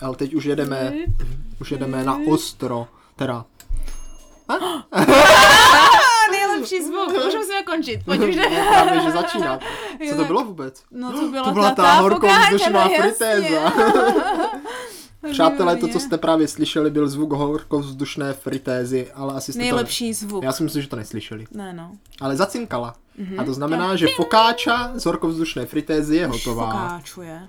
ale teď už jedeme, už jedeme na ostro, teda. A nejlepší zvuk, už musíme končit, pojď už jdeme. Právě, že začíná. Co to tak- bylo vůbec? No to byla, To byla ta horkou no vzdušná fritéza. Přátelé, to, co jste právě slyšeli, byl zvuk horkovzdušné fritézy, ale asi jste Nejlepší to... zvuk. Ne... Já si myslím, že to neslyšeli. Ne no. Ale zacinkala. Mhm. Mm-hmm. A to znamená, že fokáča z horkovzdušné fritézy je hotová. Fokáčuje.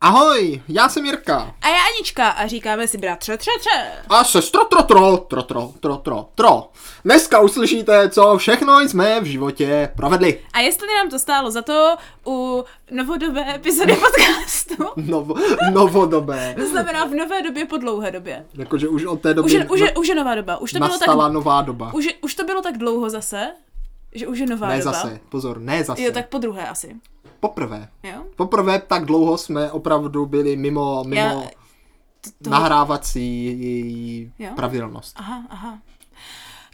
Ahoj, já jsem Jirka. A já Anička a říkáme si bratře, tře, tře. A sestro tro tro, tro tro, tro tro, tro. Dneska uslyšíte, co všechno jsme v životě provedli. A jestli nám to stálo za to u novodobé epizody podcastu, Novo, novodobé. to znamená v nové době po dlouhé době. Jakože už od té doby Už je, už je, už je nová doba. Už to bylo tak, nastala nová doba. už, je- už to bylo tak dlouho zase, že už je nová Ne doba. zase, pozor, ne zase. Jo, tak po druhé asi. Poprvé. Jo? Poprvé tak dlouho jsme opravdu byli mimo, mimo Já- to- nahrávací Jo? pravidelnost. Aha, aha.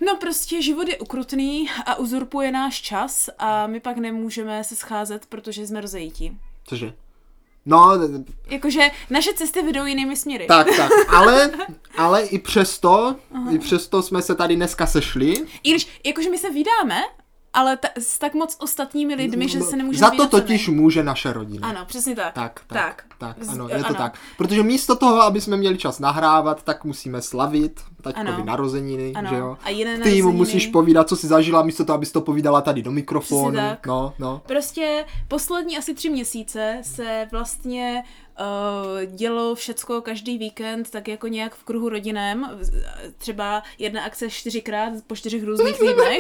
No prostě život je ukrutný a uzurpuje náš čas a my pak nemůžeme se scházet, protože jsme rozejítí. Cože? No, Jakože naše cesty vedou jinými směry. tak, tak, ale, ale i přesto, i přesto jsme se tady dneska sešli. I když, jakože my se vydáme, ale ta, s tak moc ostatními lidmi, že se nemůžeme Za to vydat totiž sami. může naše rodina. Ano, přesně tak. Tak, tak, tak, Z- ano, je to ano. tak. Protože místo toho, aby jsme měli čas nahrávat, tak musíme slavit taťkovi Ano. narozeniny, Ano. že jo? A jiné Ty mu narozeniny. musíš povídat, co si zažila, místo toho, abys to povídala tady do mikrofonu. Přesně tak. No, no. Prostě poslední asi tři měsíce se vlastně uh, dělo všecko každý víkend tak jako nějak v kruhu rodinném. V- Třeba jedna akce čtyřikrát po čtyřech různých týdnech.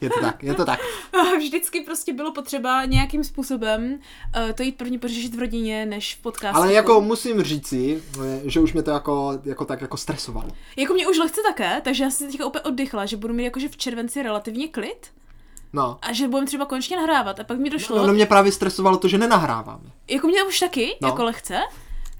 Je to tak, je to tak. A Vždycky prostě bylo potřeba nějakým způsobem uh, to jít první pořešit v rodině, než v podcastu. Ale jako musím říci, že už mě to jako, jako tak jako stresovalo. Jako mě už lehce také, takže já jsem si teďka úplně oddychla, že budu mít jakože v červenci relativně klid No. a že budeme třeba konečně nahrávat. A pak mi došlo, No, no mě právě stresovalo to, že nenahráváme. jako mě už taky, No. no. jako lehce.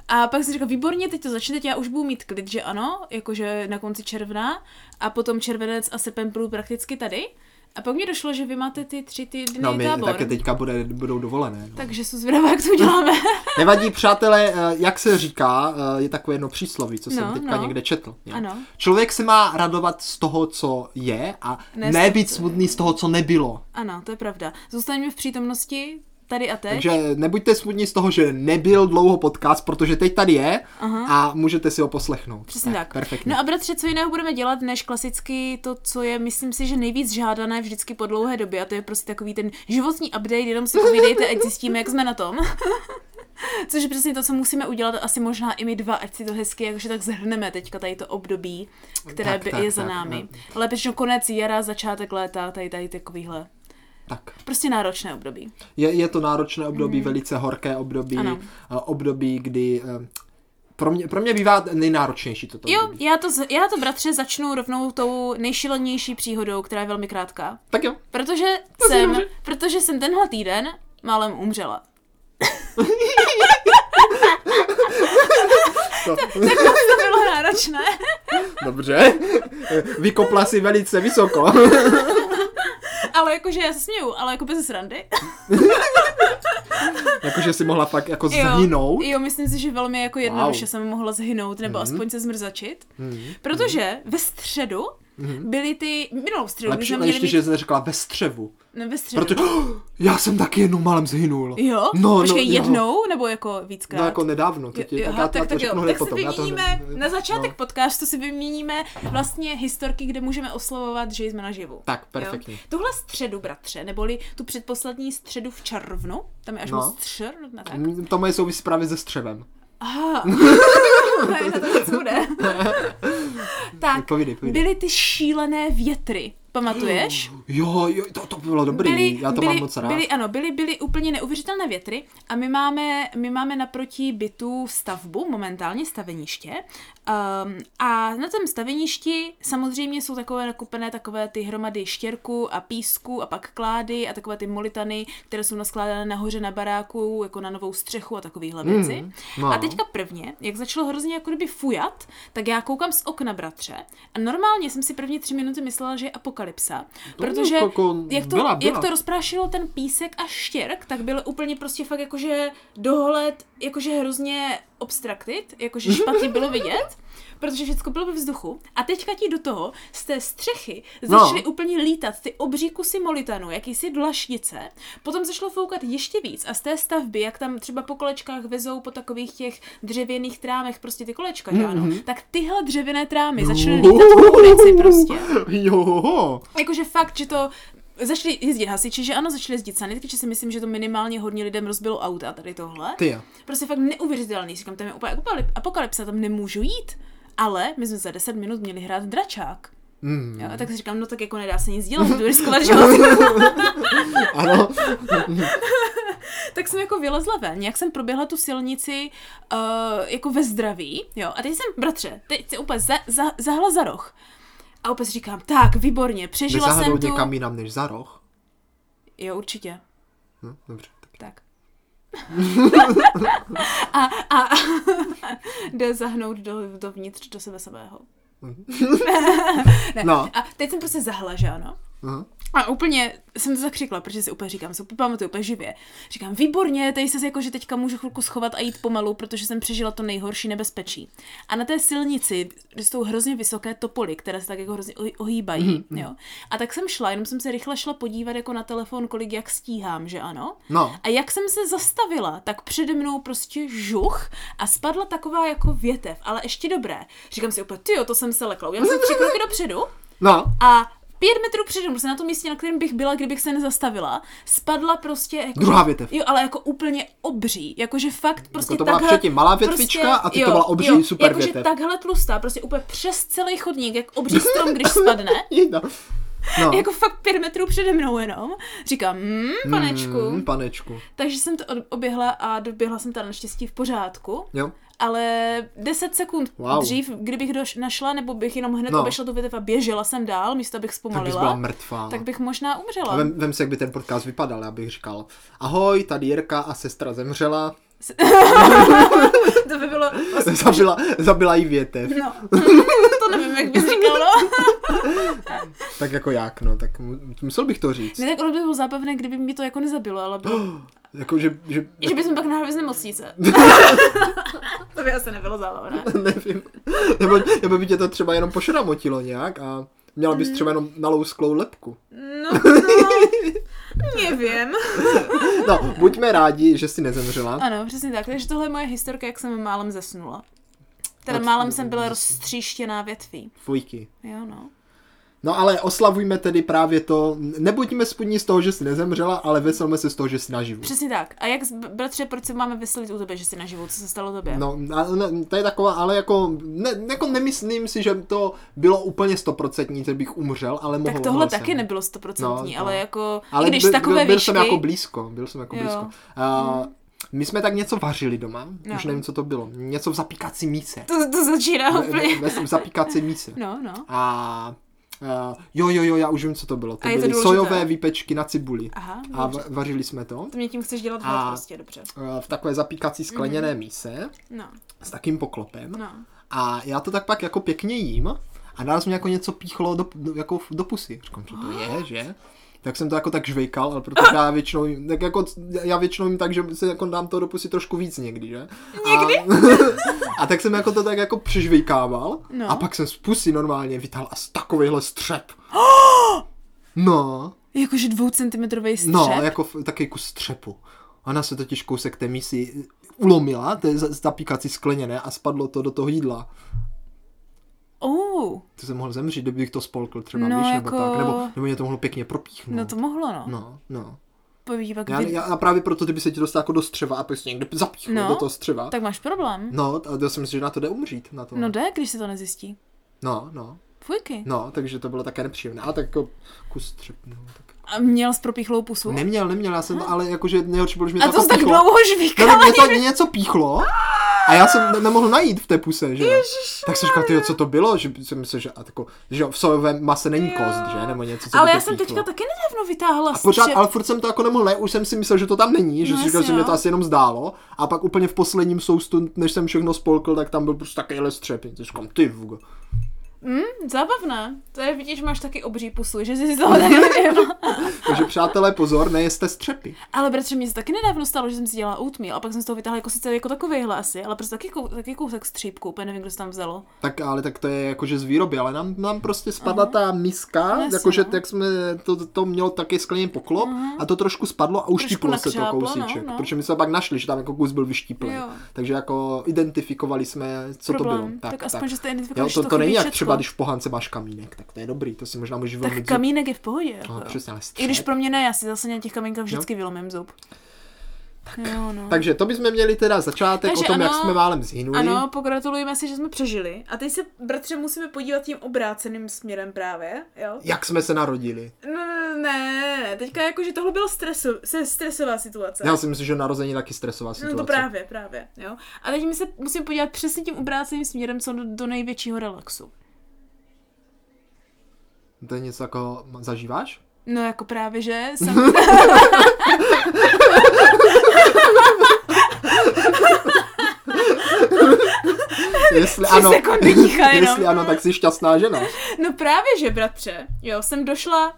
A pak jsem říkala, výborně, teď to začne, teď já už budu mít klid, že ano, jakože na konci června a potom červenec a srpen budou prakticky tady. A pak mě došlo, že vy máte ty tři týdny No, my tábor. také teďka bude, budou dovolené. No. Takže jsem zvědavá, jak to uděláme. Nevadí, přátelé, eh, jak se říká, eh, je takové jedno přísloví, co jsem No, teďka no. někde četl. jo. Ano. Člověk se má radovat z toho, co je a ne, Ne z být toho, co smutný z toho, co nebylo. ano, to je pravda. Zůstaňme v přítomnosti tady a teď. Takže nebuďte smutní z toho, že nebyl dlouho podcast, protože teď tady je a můžete si ho poslechnout. Přesně tak. Perfektně. No a bratře, co jiného budeme dělat, než klasicky to, co je, myslím si, že nejvíc žádané vždycky po dlouhé době, a to je prostě takový ten životní update, jenom si povídejte, ať zjistíme, jak jsme na tom. Což je přesně to, co musíme udělat, asi možná i my dva, ať si to hezky jakože tak zhrneme teďka tady to období, které Tak, tak, by tak, je za tak, námi. Lépe řečeno konec jara, začátek léta, tady tady takovýhle. tak. Prostě náročné období. Je, je to náročné období, mm. velice horké období, Mhm. Ano. eh, období, kdy eh, pro mě, pro mě bývá nejnáročnější toto Jo, období. já to, z- já to bratře začnu rovnou tou nejšilenější příhodou, která je velmi krátká. Tak jo. Protože jsem, protože jsem tenhle týden málem umřela. To, Tak moc to bylo náročné. dobře. Vykopla si velice vysoko. Ale jakože já se směju, ale jako bez srandy. Jakože si mohla fakt jako zhinout. jo, myslím si, že velmi jako jednoduše Wow. Mhm. jsem mohla zhynout, nebo aspoň se zmrzačit. Protože ve středu byly ty, minulou středu, když Mhm. Lepší, jsme ale měli ještě, mít, že jsi neřekla ve střevu. ne, ve středu. Protože oh, já jsem taky jednou málem zhynul. Jo? No, Počkej, no, jednou, nebo jako víckrát? No jako nedávno, to ti, Jo, tak aha, já, tak, já to tak, řeknu jo. hned tak si potom. já to vyměníme, hned- no. na začátek podcastu si vyměníme vlastně historky, kde můžeme oslovovat, že jsme naživu. Tak, perfektně. Jo? Tuhle středu, bratře, neboli tu předposlední středu v červnu, tam je až No. no. moc střer, no tak. Mm, To moje souvisí právě se střevem. Aha, Tady na to nic bude. tak, Povídej, povídej. byly ty šílené větry, pamatuješ? Jo, jo, to, to bylo dobrý, já to byly, mám moc rád. Byly, ano, byly, byly úplně neuvěřitelné větry a my máme, my máme naproti bytu stavbu, momentálně staveniště. Um, a na tom staveništi samozřejmě jsou takové nakupené takové ty hromady štěrku a písku a pak klády a takové ty molitany, které jsou naskládané nahoře na baráku, jako na novou střechu a takovéhle věci. Mm, no. no. A teďka prvně, jak začalo hrozně jako kdyby fujat, tak já koukám z okna, bratře. A normálně jsem si první tři minuty myslela, že je apokalypsa. Protože jako jak to, byla, byla. jak to rozprášilo ten písek a štěrk, tak byl úplně prostě fakt jakože dohled, jakože hrozně obstraktit, jakože špatně bylo vidět, protože všechno bylo ve vzduchu. A teďka ti do toho z té střechy No. začaly úplně lítat ty obří kusy molitanu, jakýsi dlaždice. Potom začalo foukat ještě víc a z té stavby, jak tam třeba po kolečkách vezou po takových těch dřevěných trámech prostě ty kolečka, že ano, Mhm. tak tyhle dřevěné No. trámy začaly lítat po ulici prostě. Jo, ho, ho. Jakože fakt, že to Začali jezdit hasiči, že ano, začali jezdit sanitky, že si myslím, že to minimálně hodně lidem rozbilo auta tady tohle. Ty jo. Prostě fakt neuvěřitelný, říkám, tam je úplně apokalyp- apokalypsa, tam nemůžu jít. Ale my jsme za 10 minut měli hrát dračák. Mm. Jo, a tak si říkám, no tak jako nedá se nic dělat, budu riskovat, že ho Ano, tak jsem jako vylezla ven, jak jsem proběhla tu silnici uh, jako ve zdraví, jo, a teď jsem, bratře, teď se úplně za, za, zahla za roh. A opět si říkám, tak, výborně, přežila nezahrnou jsem tu... někam jinam než za roh. Jo, určitě. Hm, dobře. Tak. a, a, a jde zahnout do, dovnitř do sebe samého. ne, No. A teď jsem prostě zahla, že ano? Mhm. A úplně jsem to zakřikla, protože si úplně říkám, si úplně pamatuju, úplně živě. Říkám, výborně, tady se jako, že teďka můžu chvilku schovat a jít pomalu, protože jsem přežila to nejhorší nebezpečí. A na té silnici jsou hrozně vysoké topoly, které se tak jako hrozně ohy- ohýbají. jo. A tak jsem šla, jenom jsem se rychle šla podívat jako na telefon, kolik jak stíhám, že ano. No. A jak jsem se zastavila, tak přede mnou prostě žuch a spadla taková jako větev, ale ještě dobré. Říkám si úplně, tyjo, to jsem se lekla. Já jsem tři kroky dopředu No. a pět metrů přede mnou, prostě na tom místě, na kterém bych byla, kdybych se nezastavila, spadla prostě jako... Druhá větev. Jako Jo, ale jako úplně obří, jakože fakt prostě to byla takhle... předtím malá větvička a teď to byla obří super jakože větev. takhle tlustá, prostě úplně přes celý chodník, jak obří strom, když spadne. No. No. Jako fakt pět metrů přede mnou jenom. Říkám, mm, panečku. Mm, panečku. Takže jsem to od- oběhla a doběhla jsem tam naštěstí v pořádku. Jo. Ale 10 sekund Wow. wow. dřív, kdybych doš- našla, nebo bych jenom hned No. no. obešla tu větev a běžela jsem dál, místo abych Tak bys zpomalila, byla mrtvá. no. tak bych možná umřela. A vem, vem si, jak by ten podcast vypadal, já bych říkal, ahoj, tady Jirka a sestra zemřela, To by bylo... zabila, zabila jí větev. No, to nevím, jak bys říkal, no. Tak jako jak, no, tak mu- musel bych to říct. Ne, tak ono by bylo zábavné, kdyby mě to jako nezabilo, ale bylo, Jako, že, že že bychom pak nahrali z nemocnice. to by asi nebylo zábavné. nevím, nebo, nebo by tě to třeba jenom pošramotilo nějak a měla bys třeba jenom nalousklou lepku. No, no, nevím. No, buďme rádi, že jsi nezemřela. Ano, přesně tak. Takže tohle je moje historka, jak jsem málem zesnula. Teda No, málem jsem byla roztříštěná větví. Fujky. Jo, no. No ale oslavujme tedy právě to, nebuďme spodní z toho, že jsi nezemřela, ale veselme se z toho, že jsi naživu. Přesně tak. A jak, z- bratře, proč se máme veselit u tebe, že jsi naživu? Co se stalo tobě? No, a ne, to je taková, ale jako, ne, jako nemyslím si, že to bylo úplně stoprocentní, že bych umřel, ale mohl tak tohle jsem. taky nebylo stoprocentní, vlastně. No, no. ale jako, Ale i když byl, takové byl, byl výšky... jsem jako blízko, byl jsem jako Jo. Mhm. blízko. Uh, my jsme tak něco vařili doma, No. už nevím, co to bylo, něco v zapíkací míse. to, to začíná Ve- úplně... ve- V zapíkací míse. No, no. A uh, jo, jo, jo, já už vím, co to bylo. To A je to byly důležité. sojové výpečky na cibuli. Aha, A dobře. va- vařili jsme to To mě tím chceš dělat A- hlad prostě, dobře. eh, v takové zapíkací Mhm. skleněné míse No, s takým poklopem. no. A já to tak pak jako pěkně jím a naraz mě jako něco píchlo do, do, jako do pusy. Říkám, co to je, že? Tak jsem to jako tak žvejkal, ale protože já většinou, jím- tak jako, já většinou jim tak, že se jako dám to do pusy trošku víc někdy, že? Někdy? A, a tak jsem jako to tak jako přežvejkával no. No. a pak jsem z pusy normálně vytáhl a z takovýhle střep. No, Jakože dvoucentimetrový střep? no, jako f- takový kus střepu. Ona se totiž kousek té mísy ulomila, to je za- zapíkací skleněné a spadlo to do toho jídla. Oh, to jsem mohl zemřít, kdybych to spolkl třeba, no, No, víš, jako... nebo jako- tak, nebo, nebo mě to mohlo pěkně propíchnout. no to mohlo, no. no. No, no. Podívak, Já, já, a právě proto, kdyby se ti dostal jako do střeva a prostě někde zapíchnul no, No, do toho střeva, tak... tak máš problém. no, a já si myslím, že na to jde umřít, na to. No jde, když se to nezjistí. no, no, Fujky. no, takže to bylo také nepříjemné. A tak jako kus střep, no, tak. A měl s propíchlou pusu? Neměl, neměl, já jsem, ale jakože nejhorší bylo, že mě jako A to jsi tak píchlo. dlouho No, žvíkala. ne, mě to mě něco píchlo a já jsem ne- nemohl najít v té puse, že jo. Tak jsem říkal, tyjo, co to bylo, že jsem myslel, že, a tako, že jo, v sojovém mase není kost, že, nebo něco, co by Ale tě já jsem píchlo. teďka taky nedávno vytáhla A pořád, střep. ale furt jsem to jako nemohl, ne, už jsem si myslel, že to tam není, že No si jasně, říkal, že mě to no. asi jenom zdálo. A pak úplně v posledním soustu, než jsem všechno spolkl, tak tam byl prostě takovýhle střep. Říkám, ty vůgo. Mm, zábavné. To je, vidíš, máš taky obří pusu, že jsi z toho taky nevěděla. Takže přátelé, pozor, nejeste střepy. Ale bratře, mě se taky nedávno stalo, že jsem si dělala oatmeal a pak jsem z toho vytáhla jako sice jako takovýhle asi, ale prostě taky, kou, taky kousek střípku, úplně nevím, kdo se tam vzalo. Tak ale tak to je jakože z výroby, ale nám, nám prostě spadla Aha. ta miska, Jasně, jakože no. Mhm. tak jsme to, to mělo taky skleněný poklop a to trošku spadlo a uštíplo se to nakřáplo, no, kousíček, no. protože my jsme pak našli, že tam jako kus byl vyštíplý. Jo. Takže jako identifikovali jsme, co Problém. to bylo. Tak, aspoň, že jste Jo, identifikovali, to, že to, to není chybí jak třeba, všecko. když v pohánce máš kamínek, tak to je dobrý, to si možná můžeš Tak vylomit. zub. kamínek je v pohodě. No, jako. přesně, ale I když střep. pro mě ne, já si zase na těch kamínkách vždycky vylomím zub. Tak, jo, no. Takže to bychom měli teda začátek Takže o tom, jak ano, jsme málem zhynuli. Ano, pogratulujeme si, že jsme přežili. A teď se, bratře, musíme podívat tím obráceným směrem právě, jo? Jak jsme se narodili. No, ne, ne, ne, teďka jako, že tohle byla stresu, se stresová situace. Já si myslím, že narození je taky stresová situace. No to právě, právě, jo. A teď my se musíme podívat přesně tím obráceným směrem, co do, do největšího relaxu. To je něco jako zažíváš? No jako právě, že jsem... Jestli ano, sekundy ticha jenom. jestli ano, tak jsi šťastná žena. No právě, že bratře, jo, jsem došla,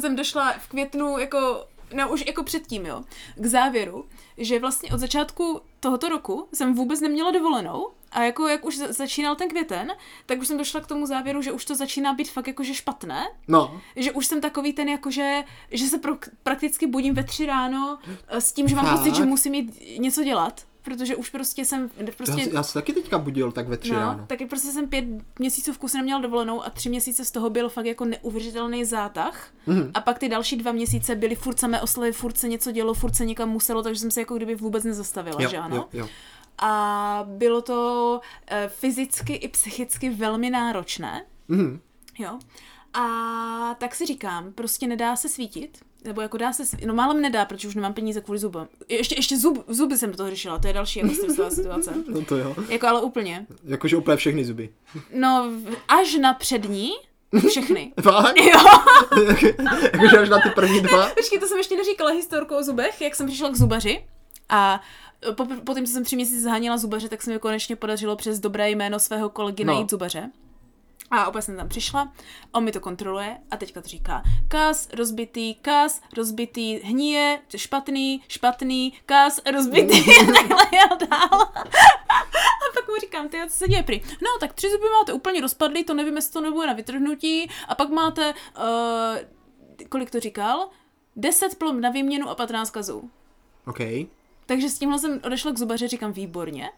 jsem došla v květnu jako, no už jako předtím, jo, k závěru, že vlastně od začátku tohoto roku jsem vůbec neměla dovolenou a jako jak už za- začínal ten květen, tak už jsem došla k tomu závěru, že už to začíná být fakt jakože špatné, No, že už jsem takový ten jakože, že se pro, prakticky budím ve tři ráno eh, s tím, že mám Fakt? pocit, že musím jít něco dělat, protože už prostě jsem, prostě... já, já se taky teďka budil tak ve tři No, ráno. taky prostě jsem pět měsíců v kuse neměla dovolenou a tři měsíce z toho byl fakt jako neuvěřitelný zátah. Mhm. A pak ty další dva měsíce byly furt samé oslavy, furt se něco dělo, furt se někam muselo, takže jsem se jako kdyby vůbec nezastavila, že ano? jo, jo. A bylo to eh, fyzicky i psychicky velmi náročné, Mhm. jo. A tak si říkám, prostě nedá se svítit, nebo jako dá se, svítit, no málem nedá, protože už nemám peníze kvůli zubům. Ještě, ještě zub, zuby jsem do toho řešila, to je další jako stresová situace. No to jo. Jako ale úplně. Jakože úplně všechny zuby. No, v- až na přední, všechny. Fakt? Jo. Jakože až na ty první dva. Počkej, to jsem ještě neříkala historku o zubech, jak jsem přišla k zubaři a eh, po, po tím, co jsem tři měsíce zháněla zubaře, tak se mi konečně podařilo přes dobré jméno svého kolegy No. no. najít zubaře. A opět jsem tam přišla, on mi to kontroluje a teďka to říká kas, rozbitý, kas, rozbitý, hníje, špatný, špatný, kas, rozbitý, takhle jel dál. A pak mu říkám, ty, co se děje prý? No, tak tři zuby máte úplně rozpadlý, to nevím, jestli to nebude na vytrhnutí. A pak máte, uh, kolik to říkal? 10 plomb na výměnu a 15 kazů. OK. Takže s tímhle jsem odešla k zubaři, říkám výborně.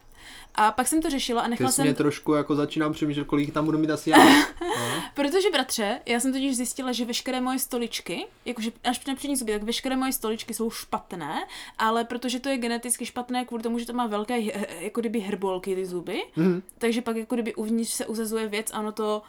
A pak jsem to řešila a nechala Teď jsem... mě trošku jako začínám přemýšlet, kolik tam budu mít asi já. No. Protože, bratře, já jsem totiž zjistila, že veškeré moje stoličky, jakože až na přední zuby, tak veškeré moje stoličky jsou špatné, ale protože to je geneticky špatné kvůli tomu, že to má velké, eh, eh, jako kdyby hrbolky ty zuby, Mhm. takže pak jako kdyby uvnitř se uzazuje věc, ano to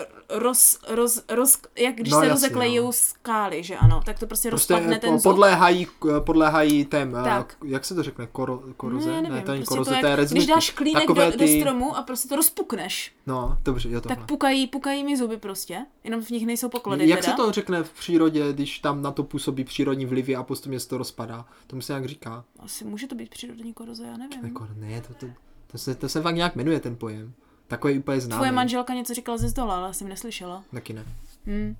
eh, roz, roz, roz, jak když No, no, se jasně, rozeklejí no. skály, že ano, tak to prostě, Prostě rozpadne ten po- zub. podléhají, eh, podléhají tém, Tak. eh, jak se to řekne, koro, koroze? Ne, nevím, ne, to není prostě koroze, to, to je jak, rezníky. Když dáš klínek do, Takové ty... do ty- stromu a prostě to rozpukneš, No, dobře, jo tohle. tak pukají, pukají mi zuby prostě, jenom v nich nejsou poklady Jak teda. se to řekne v přírodě, když tam na to působí přírodní vlivy a postupně se to rozpadá? Tomu se nějak říká. Asi může to být přírodní koroze, já nevím. Jako, ne, to, to, to, se, to se fakt nějak jmenuje ten pojem. Takový úplně známý. Tvoje manželka něco říkala ze zdola, ale já jsem neslyšela. Taky ne. Hmm.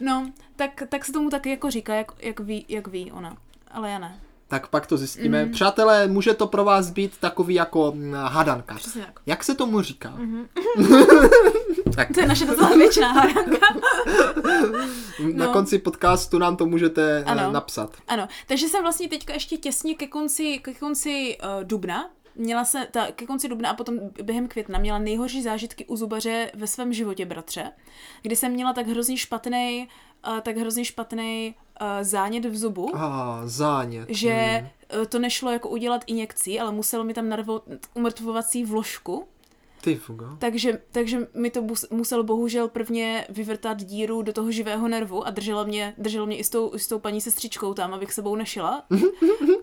No, tak, tak se tomu taky jako říká, jak, jak, ví, jak ví ona. Ale já ne. Tak pak to zjistíme. Mm. Přátelé, může to pro vás být takový jako mm, hadanka. Přesně tak. Mhm. Jak se tomu říká? Mm-hmm. tak To je naše docela věčná hádanka. na no. konci podcastu nám to můžete ano. Ano. napsat. Ano, takže jsem vlastně teďka ještě těsně ke konci, ke konci uh, dubna, měla se ta, ke konci dubna a potom během května měla nejhorší zážitky u zubaře ve svém životě, bratře, kdy jsem měla tak hrozně špatný, uh, tak hrozně špatný uh, zánět v zubu. A zánět. že eh, to nešlo jako udělat injekcí, ale muselo mi tam narvot umrtvovací vložku, Ty fuga. takže, takže mi to bus- muselo bohužel prvně vyvrtat díru do toho živého nervu a drželo mě, drželo mě i s tou, s tou paní sestřičkou tam, abych sebou nešila.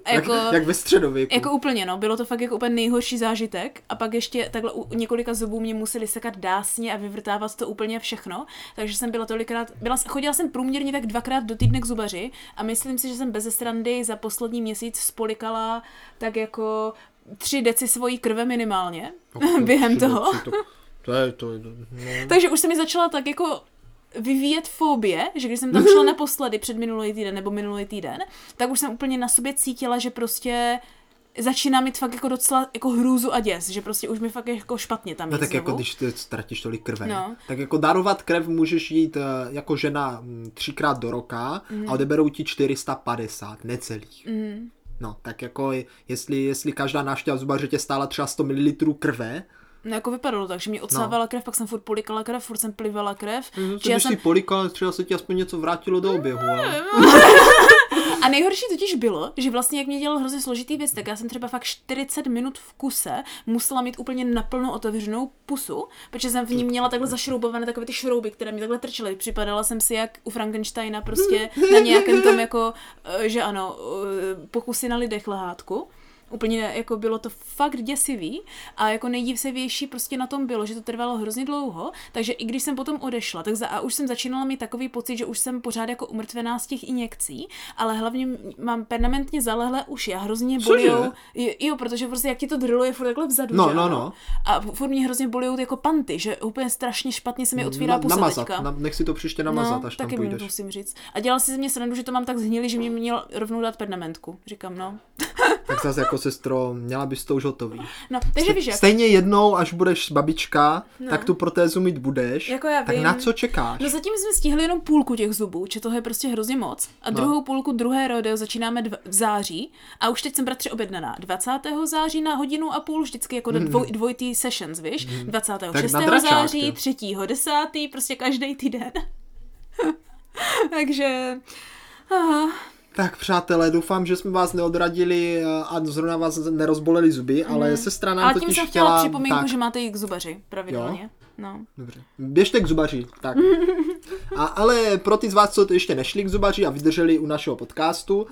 A jako, Jak, jak ve středověku. jako úplně, no, bylo to fakt jako úplně nejhorší zážitek a pak ještě takhle u u několika zubů mě museli sekat dásně a vyvrtávat to úplně všechno, takže jsem byla tolikrát, byla, chodila jsem průměrně tak dvakrát do týdne k zubaři a myslím si, že jsem bez srandy za poslední měsíc spolikala tak jako tři deci svojí krve minimálně Tak to během přijde, toho. co to- To je to. je- No. Takže už se mi začala tak jako vyvíjet fobie, že když jsem Mhm. tam šla naposledy před minulý týden nebo minulý týden, tak už jsem úplně na sobě cítila, že prostě začíná mít fakt jako docela jako hrůzu a děs, že prostě už mi fakt jako špatně tam No je tak znovu. jako když ty ztratíš tolik krve, No. no. tak jako darovat krev můžeš jít eh, jako žena mm, třikrát do roka Mhm. mm. a odeberou ti 450, necelých. Mm. No, tak jako je- jestli, jestli každá návštěva zubaře tě stála třeba 100 ml krve, No jako vypadalo tak, že mě odsávala no. krev, pak jsem furt polikala krev, furt jsem plivala krev. no, že Mhm. já když jsem... jsem... si polikal, třeba se ti aspoň něco vrátilo do oběhu. Ale... A nejhorší totiž bylo, že vlastně jak mě dělal hrozně složitý věc, tak já jsem třeba fakt 40 minut v kuse musela mít úplně naplno otevřenou pusu, protože jsem v ní měla takhle zašroubované takové ty šrouby, které mi takhle trčely. Připadala jsem si jak u Frankensteina prostě na nějakém Mhm. tom jako, eh, že ano, eh, pokusy na lidech lehátku. Úplně jako bylo to fakt děsivý a jako nejdivější prostě na tom bylo, že to trvalo hrozně dlouho, takže i když jsem potom odešla, tak za, a už jsem začínala mít takový pocit, že už jsem pořád jako umrtvená z těch injekcí, ale hlavně m- mám permanentně zalehlé uši a hrozně Cože? bolí. Jo, protože prostě jak ti to drilluje furt takhle vzadu, No, že no, ano? no. A furt mě hrozně bolí jako panty, že úplně strašně špatně se mi otvírá Mm, Na, pusa namazat, teďka. na, nech si to příště namazat, No, až tam taky mi půjdeš. musím říct. A dělal si ze mě srandu, že to mám tak zhnilý, že mě měl rovnou dát permanentku. Říkám, no. Tak zase jako sestro, měla bys to už hotový. No, takže víš, jak? Stejně jednou, až budeš babička, no. tak tu protézu mít budeš. Jako já tak vím. na co čekáš? No zatím jsme stihli jenom půlku těch zubů, že toho je prostě hrozně moc. A No. druhou půlku druhé rodeo začínáme dv- v září. A už teď jsem bratře objednaná 20. září na hodinu a půl, vždycky jako do dvoj, dvojitý sessions, víš? 26. Hmm. na dračák, září, jo. 3. 10. prostě každý týden. Takže... Aha. Tak přátelé, doufám, že jsme vás neodradili eh, a zrovna vás nerozboleli zuby, mm. ale sestra nám Ale tím totiž jsem chtěla chtěla... připomínku, tak, že máte jít k zubaři pravidelně. Jo. No. Dobře. Běžte k zubaři, tak. A, ale pro ty z vás, co to ještě nešli k zubaři a vydrželi u našeho podcastu, uh,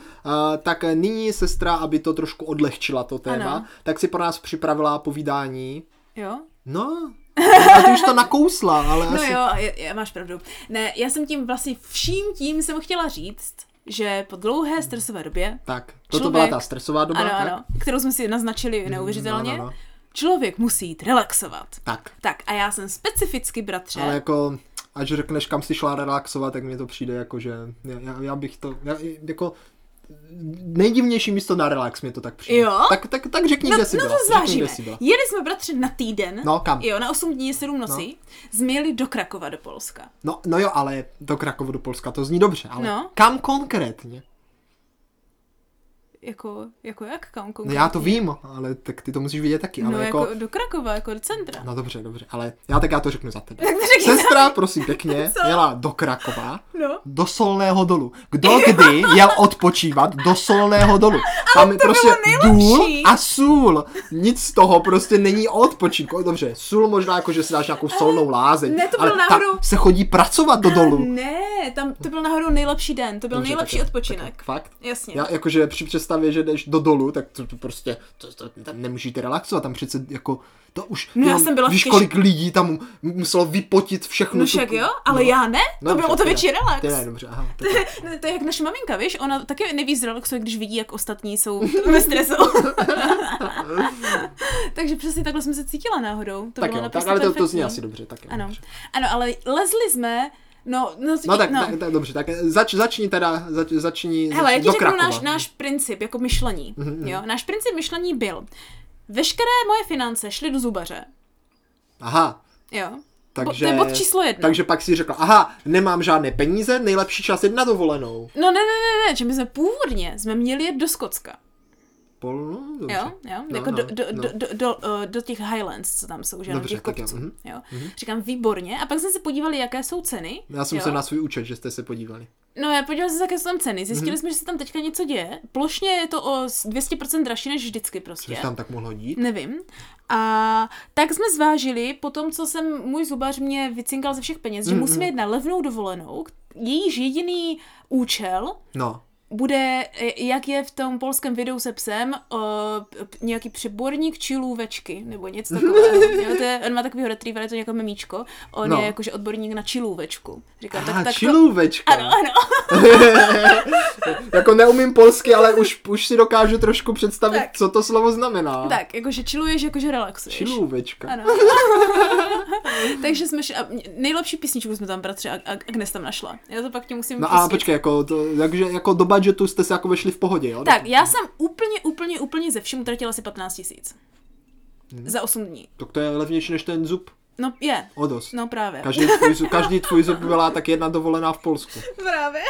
tak nyní sestra, aby to trošku odlehčila to téma, Ano. ano. tak si pro nás připravila povídání. Jo? No, a ty už to nakousla, ale No asi... jo, je, je, máš pravdu. Ne, já jsem tím vlastně vším tím jsem chtěla říct, že po dlouhé stresové době Tak, toto Člověk- byla ta stresová doba, Ano, tak? ano, kterou jsme si naznačili neuvěřitelně. no, no, no. Člověk musí jít relaxovat. Tak. Tak a já jsem specificky, bratře, Ale jako, až řekneš, kam jsi šla relaxovat, tak mně to přijde jako, že já- já, já bych to, já, jako nejdivnější místo na relax mě to tak přijde. Jo? Tak, tak, tak řekni, no, kde jsi no byla. to Řekni, zvážíme. kde jsi byla. Jeli jsme, bratře, na týden. No, kam? Jo, na 8 dní, 7 nocí. No. Jsme jeli do Krakova, do Polska. No, no jo, ale do Krakovu, do Polska, to zní dobře, ale No. kam konkrétně? Jako, jako jak, kam No konkrétně? já to vím, ale tak ty to musíš vidět taky, No, ale jako... jako... jako do Krakova, jako do centra. No. No dobře, dobře, ale já tak já to řeknu za tebe. Tak to řekni. Sestra, prosím, pěkně, Co? jela do Krakova, No. do Solného dolu. Kdo kdy jel odpočívat do Solného dolu? Tam je to prostě bylo důl nejlepší. a sůl. Nic z toho prostě není o odpočinku. Dobře, sůl možná jako, že si dáš nějakou solnou lázeň. ne, to ale bylo tam nahoru. se chodí pracovat do dolu. Ne, tam to byl náhodou nejlepší den, to byl Dobře, nejlepší tak jo, odpočinek. tak jo, fakt? Jasně. Já jakože při představě, že jdeš do dolu, tak to, to prostě, to, to, tam nemůžete relaxovat, tam přece jako, to už, No já jenom jsem byla v víš, těž- kolik lidí tam muselo vypotit všechno. No tu- však jo, ale no. já ne, to No, byl o to dobře, větší teda. relax. Teda, no. dobře, aha, tak- Ne, to je jak naše maminka, víš? Ona taky neví zrelaxuje, když vidí, jak ostatní jsou ve stresu. Takže přesně takhle jsem se cítila náhodou. To tak bylo jo, naprosto tak, ale to, to perfektní. zní asi dobře. Tak jo, Ano. Dobře. ano, ale lezli jsme, no, no, No tak, no. tak, tak dobře, tak zač, začni teda, zač, začni Hele, já ti do řeknu Krakova. Mhm, náš, náš princip jako myšlení. Jo? Náš princip myšlení byl, veškeré moje finance šly do zubaře. Aha, Jo. takže... Bo, to je bod číslo jedna. Takže pak si řekla, aha, nemám žádné peníze, nejlepší čas je na dovolenou. No ne, ne, ne, ne, že my jsme původně jsme měli jet do Skotska. Pol, no, dobře. Jo, jo, jako do, do, do, do, do, eh, do těch Highlands, co tam jsou, že ano, Dobře, těch tak jo, kopců. mhm. Jo. Říkám, výborně. A pak jsme se podívali, jaké jsou ceny. Já jsem jo. se na svůj účet, že jste se podívali. No, já podívala jsem se, jaké jsou tam ceny. Zjistili Mhm. jsme, že se tam teďka něco děje. Plošně je to o s- 200% dražší než vždycky prostě. Což tam tak mohlo dít. Nevím. A tak jsme zvážili, po tom, co jsem můj zubař mě vycinkal ze Mhm, všech peněz, že musíme jít na levnou dovolenou, k- jejíž jediný účel No. bude, eh, jak je v tom polském videu se psem, uh, nějaký přeborník čilůvečky, nebo něco takového. jo, to je, on má takovýho retrievera, je to nějaké memíčko. On No. je jakože odborník na čilůvečku. Říkám, A, tak, tak to, čilůvečka. ano, ano. jako neumím polsky, ale už, už si dokážu trošku představit, Tak. co to slovo znamená. Tak, jakože chilluješ, jakože relaxuješ. Čilůvečka. Ano. Takže jsme šli, a nejlepší písničku jsme tam bratře a, a Agnes tam našla. Já to pak tě musím No a pustit. počkej, jako, to, takže jako do budgetu jste se jako vešli v pohodě, jo? Tak, já jsem úplně, úplně, úplně ze všem utratila asi 15 tisíc. Mhm. Za 8 dní. Tak to je levnější než ten zub. No je, O dost. no právě. Každý tvůj, zub- každý tvůj zub byla tak jedna dovolená v Polsku. Právě.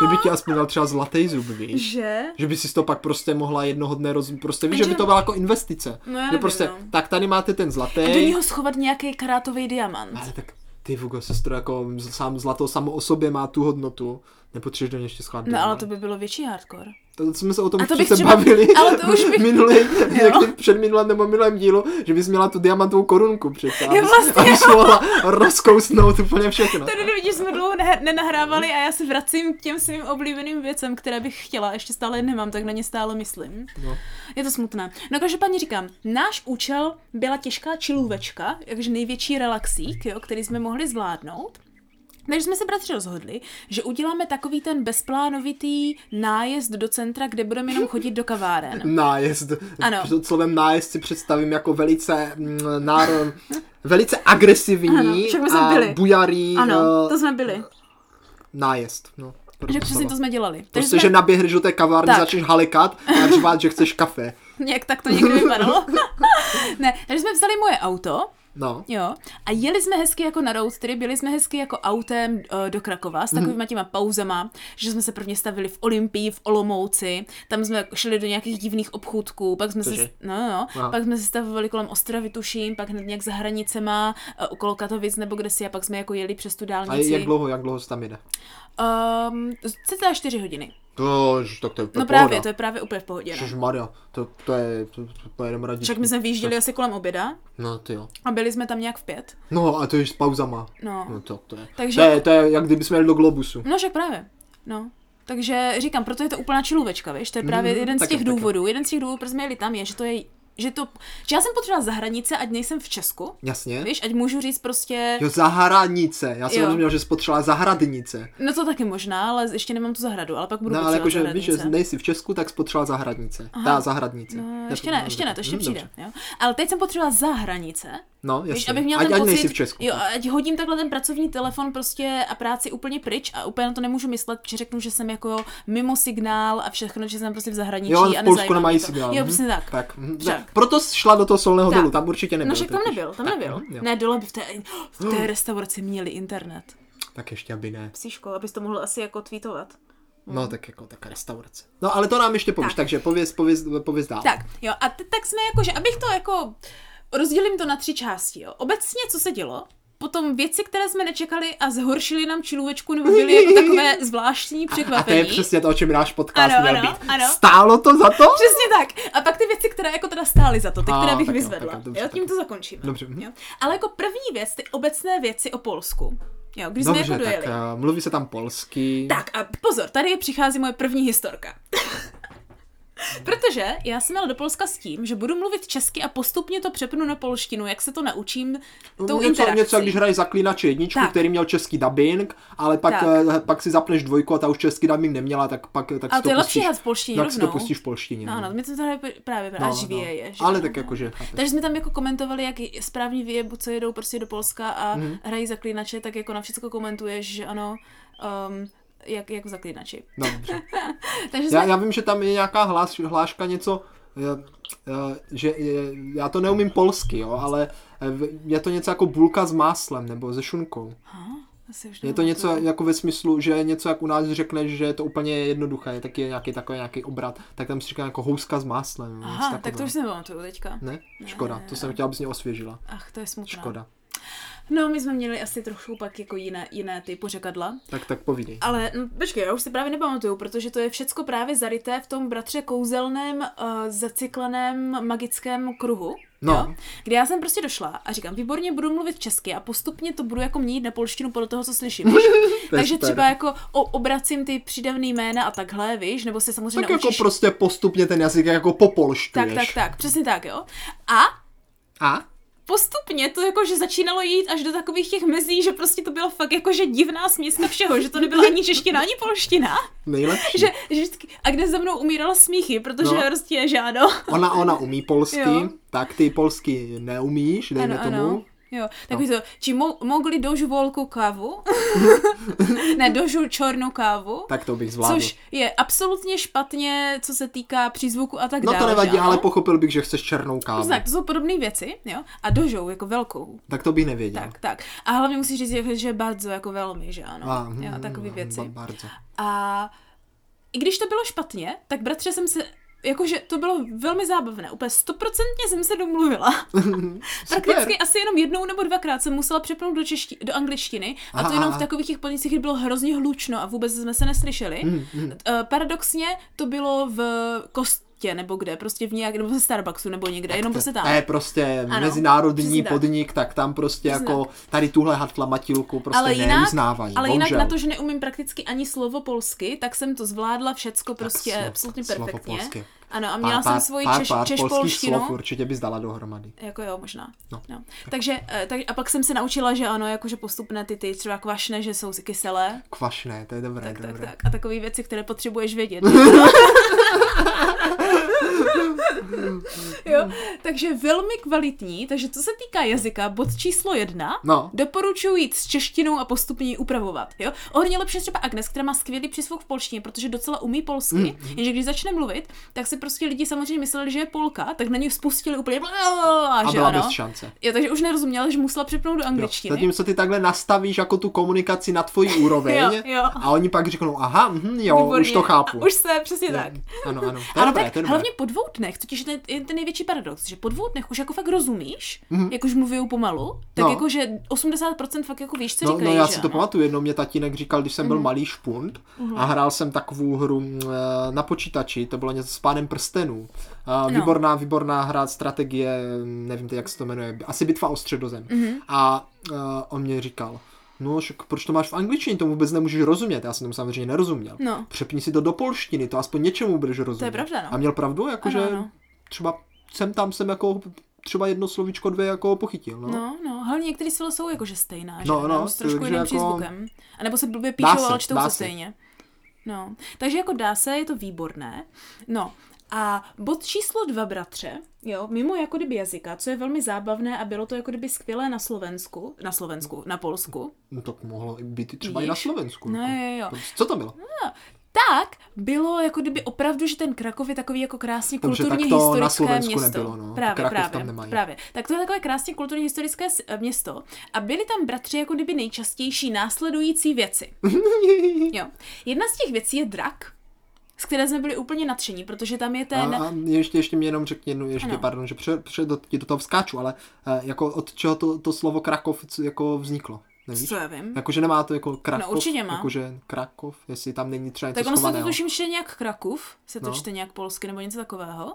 Kdyby ti aspoň dal třeba zlatý zub, víš? Že? Že by si to pak prostě mohla jednoho dne rozumít. Prostě víš, že by Jenže- to byla jako investice. No já že nevím, prostě, no. tak tady máte ten A do zlatý. něho schovat nějaký karátový diamant. Ale tak ty Vugo, sestro, jako z- sám zlato samo o sobě má tu hodnotu. Nepotřebuješ do něj ještě schát No diamant. ale to by bylo větší hardcore. To jsme se o tom A už to bych přece třeba- bavili ale to už bych- minulý, někdy před minulém nebo minulém dílu, že bys měla tu diamantovou korunku přece, abys, vlastně, abys mohla rozkousnout úplně všechno. Tady vidíš, jsme dlouho ne- nenahrávali a já se vracím k těm svým oblíbeným věcem, které bych chtěla, ještě stále je nemám, tak na ně stále myslím. No. Je to smutné. No každopádně říkám, náš účel byla těžká čilůvečka, takže největší relaxík, jo, který jsme mohli zvládnout. Takže jsme se bratři rozhodli, že uděláme takový ten bezplánovitý nájezd do centra, kde budeme jenom chodit do kaváren. Nájezd. Ano. Před slovem nájezd si představím jako velice mm, náro... velice agresivní Ano, však my jsme a byli. bujarý Ano, eh, to jsme byli. nájezd. No, Že přesně to jsme dělali. Takže Prostě, jsme... že naběhneš do té kavárny, Tak. začneš halikat a řvát, že chceš kafe. Jak tak to někdy vypadalo? ne, takže jsme vzali moje auto, No. jo, a jeli jsme hezky jako na road trip, jeli jsme hezky jako autem eh, do Krakova Mhm. s takovýma těma pauzama, že jsme se prvně stavili v Olympii, v Olomouci, tam jsme šli do nějakých divných obchůdků, pak jsme Cože? se, no, no, Aha. no, pak jsme se stavovali kolem Ostravy, tuším, pak hned nějak za hranicema, eh, okolo Katovic nebo kde si, a pak jsme jako jeli přes tu A dálnici. jak dlouho, jak dlouho se tam jede? Um, cca 4 hodiny. To, tak to je to No právě, to je právě úplně v pohodě. No. Maria, to, to je, to, to, to jedeme raději. Však my jsme vyjížděli asi kolem oběda No ty jo. a byli jsme tam nějak v pět. No a to je s pauzama. No. No to, to je. Takže- To je, to je jak kdyby jsme jeli do Globusu. No, však právě. No. Takže říkám, proto je to úplná čilůvečka, víš? To je právě Mm, jeden z tak těch jo, tak jo. důvodů. Jeden z těch důvodů, proč jsme jeli tam, je, že to je že to, že já jsem potřebovala za hranice, ať nejsem v Česku, Jasně. víš, ať můžu říct prostě, Jo, zahranice. Já jsem Jo. rozuměl, že spotřebovala zahradnice. no to taky možná, ale ještě nemám tu zahradu, ale pak budu No, ale potřebovat jakože víš, zahranice. že nejsi v Česku, tak spotřebovala zahradnice. Aha. Ta zahradnice. no, Ne- ještě ne, ještě ne, to ještě Hm, přijde, dobře. jo. Ale teď jsem potřebovala za hranice, No, jasně. Víš, abych měla ať, ten ať pocit, nejsi v Česku. Jo, ať hodím takhle ten pracovní telefon prostě a práci úplně pryč a úplně na to nemůžu myslet, že řeknu, že jsem jako mimo signál a všechno, že jsem prostě v zahraničí Jo, ale a v nezajímá Polsku mě nemají to. signál. Jo, mhm. přesně tak. tak. mhm. Však. Proto jsi šla do toho solného Tak. dolu, tam určitě nebyl. No však tam totiž. nebyl, tam Tak, nebyl. mhm, jo. Hm. Ne, dole by v té, v té restauraci měli internet. Tak ještě, aby ne. Psíško, abys to mohl asi jako tweetovat. No, tak jako taká restaurace. No, ale to nám ještě povíš, Tak. takže pověz, pověz, pověz dál. Tak, jo, a t- tak jsme jako, že abych to jako, rozdělím to na tři části, jo. Obecně, co se dělo, potom věci, které jsme nečekali a zhoršili nám čilůvečku, nebo byly jako takové zvláštní A to je překvapení. přesně to, o čem náš podcast Ano, měl ano, být. ano. Stálo to za to? Přesně tak. A pak ty věci, které jako teda stály za to, ty, A, které bych tak jo, vyzvedla. tak jo, dobře, jo, tím tak to zakončíme. Dobře, mhm. Jo. Ale jako první věc, ty obecné věci o Polsku. Jo, když jsme Dobře, jako dojeli. tak Tak, uh, mluví se tam polsky. tak a pozor, tady přichází moje první historka. Protože já jsem jela do Polska s tím, že budu mluvit česky a postupně to přepnu na polštinu, jak se to naučím tou něco, interakcí. něco, když hraješ zaklínače jedničku, Tak. který měl český dubbing, ale pak, Tak. eh, pak si zapneš dvojku a ta už český dubbing neměla, tak pak eh, tak Ale si to je lepší pustíš, hrát v polštině tak si to rovnou. pustíš v polštině. No, no, mi to tady právě právě No, no, živě no. je. Že? Ale ano, tak no. jakože, chápeš. Takže jsme tam jako komentovali, jak správní vyjebu, co jedou prostě do Polska a Mhm. mm. hrají zaklínače, tak jako na všechno komentuješ, že ano, um, jak, jako zaklínači. No, dobře. Takže jsme, já, já vím, že tam je nějaká hláš, hláška něco, eh, eh, že eh, já to neumím polsky, jo, ale eh, v- je to něco jako bulka s máslem nebo se šunkou. Aha, asi už Je to nemám něco jako ve smyslu, že něco jak u nás řekneš, že je to úplně jednoduché, tak je nějaký takový nějaký obrat, tak tam si říká jako houska s máslem. něco Aha, tak to takového. už No. si nepamatuju teďka. Ne? Škoda, to jsem chtěla, abys mě osvěžila. Ach, to je smutné. Škoda. No, my jsme měli asi trochu pak jako jiné, jiné ty pořekadla. Tak, tak povídej. Ale no, počkej, já už si právě nepamatuju, protože to je všecko právě zaryté v tom bratře kouzelném, uh, zacykleném magickém kruhu. No. Jo? Kde já jsem prostě došla a říkám, výborně budu mluvit česky a postupně to budu jako měnit na polštinu podle toho, co slyším. je Takže super. třeba jako o, obracím ty přídavný jména a takhle, víš, nebo se samozřejmě Tak jako naučíš. prostě postupně ten jazyk jako tak, popolštuješ. tak, tak, přesně tak, jo. A A? postupně to jako, že začínalo jít až do takových těch mezí, že prostě to bylo fakt jako, že divná směska všeho, že to nebyla ani čeština, ani polština. Nejlepší. Že, že vždycky, a kde za mnou umírala smíchy, protože No. no. prostě je žádo. Ona, ona umí polsky, Jo. tak ty polsky neumíš, dejme tomu. No. Jo, takový to, či mo- mogli dožu volku kávu, ne, dožu černou kávu, Tak to bych zvládl. což je absolutně špatně, co se týká přízvuku a tak no dále. to nevadí, že ano? ale pochopil bych, že chceš černou kávu. Znak, to jsou podobné věci, jo, a dožou, jako velkou. Tak to bych nevěděl. Tak, tak. A hlavně musíš říct, jako, že bardzo, jako velmi, že ano. A, jo, mm, takový mm, věci. ba- Bardzo. A i když to bylo špatně, tak bratře jsem se, jakože to bylo velmi zábavné, úplně stoprocentně jsem se domluvila. Prakticky asi jenom jednou nebo dvakrát jsem musela přepnout do, češti, do angličtiny a Aha, to jenom aha. v takových těch podnicích, kdy bylo hrozně hlučno a vůbec jsme se neslyšeli. Mm, mm. Eh, Paradoxně to bylo v kostě nebo kde, prostě v nějak, nebo ve Starbucksu nebo někde, jenom prostě tam. To je prostě Ano, mezinárodní přesně tak. podnik, tak tam prostě Přesně jako tady tuhle hatlamatinku prostě Ale jinak- neuznávají. Ale jinak bohužel. na to, že neumím prakticky ani slovo polsky, tak jsem to zvládla všecko prostě slovo- absolutně slovo perfektně. polsky. Ano, a měla pár, jsem svoji pár, češ, pár polských češpolštinu. slov určitě by zdala dohromady. Jako jo, možná. No. No. No. Takže, eh, tak, a pak jsem se naučila, že ano, jakože postupné ty, ty třeba kvašné, že jsou kyselé. Kvašné, to je dobré, Tak, tak, dobré. tak. A takové věci, které potřebuješ vědět. jo, takže velmi kvalitní. Takže co se týká jazyka, bod číslo jedna, No. doporučuji jít s češtinou a postupně ji upravovat. Jo? O hodně lepší je třeba Agnes, která má skvělý přízvuk v polštině, protože docela umí polsky, mm. jenže když začne mluvit, tak si prostě lidi samozřejmě mysleli, že je Polka, tak na ní spustili úplně A a že byla bez ano. šance. Jo, takže už nerozuměla, že musela přepnout do Jo, angličtiny. zatímco ty takhle nastavíš jako tu komunikaci na tvoji úroveň Jo, jo. a oni pak řeknou, aha, mhm, jo, už Výborně. to chápu. A už se, přesně Jo, tak. Ano, ano, to je Ale dobré, tak to je dobré. hlavně po dvou dnech, což je ten, je ten největší paradox, že po dvou dnech už jako fakt rozumíš, jak už mluví pomalu, tak Mhm. No. jako že 80% fakt jako víš, co No, říkají, no já že Mhm. si to ano. pamatuju, jednou mě tatínek říkal, když jsem byl malý špunt a hrál jsem takovou hru mm, eh, na počítači, to bylo něco s pánem prstenů. A No. Výborná, výborná hra, strategie, mm, nevím teď, jak se to jmenuje, asi bitva o středozem. Mhm. A eh, on mě říkal, No, však proč to máš v angličtině, tomu vůbec nemůžeš rozumět, já jsem tomu samozřejmě nerozuměl. No. Přepni si to do polštiny, to aspoň něčemu budeš rozumět. pravda, no. A měl pravdu, jakože Ano, ano. třeba jsem tam jsem jako třeba jedno slovíčko, dvě jako pochytil. No. No, no, hlavně některé slova jsou jakože stejná, že No, no, no, no, s trošku takže jiným jako- jako... přízvukem. A nebo se blbě Dá píšou, se, ale čtou dá se se. stejně. No, takže jako dá se, je to výborné. No, a bod číslo dva, bratře, jo, mimo jako kdyby jazyka, co je velmi zábavné a bylo to jako kdyby skvělé na Slovensku, na Slovensku, na Polsku, No to mohlo být i třeba i na Víš? Slovensku. No jako. jo, No. jo. Co to bylo? tak bylo jako kdyby opravdu, že ten Krakov je takový jako krásně Dobře, tak kulturně to na historické Slovensku město. nebylo, no. Právě, Krakov právě, tam nemají. právě. Tak to je takové krásně kulturně historické s- eh, město. A byly tam bratři jako kdyby nejčastější následující věci. Jo. Jedna z těch věcí je drak, z které jsme byli úplně nadšení, protože tam je ten... A, a ještě, ještě mi jenom řekni jednu, ještě, ano. Ano. pardon, že pře, pře, do, ti do toho vskáču, ale eh, jako od čeho to, to slovo Krakov co- jako vzniklo? Nevíš? Co já vím? Jakože nemá to jako Krakov? No, určitě má. Jakože Krakov, jestli tam není třeba něco Tak ono se to schovaného. tuším ještě nějak Krakov, se to No. no. čte nějak polsky nebo něco takového.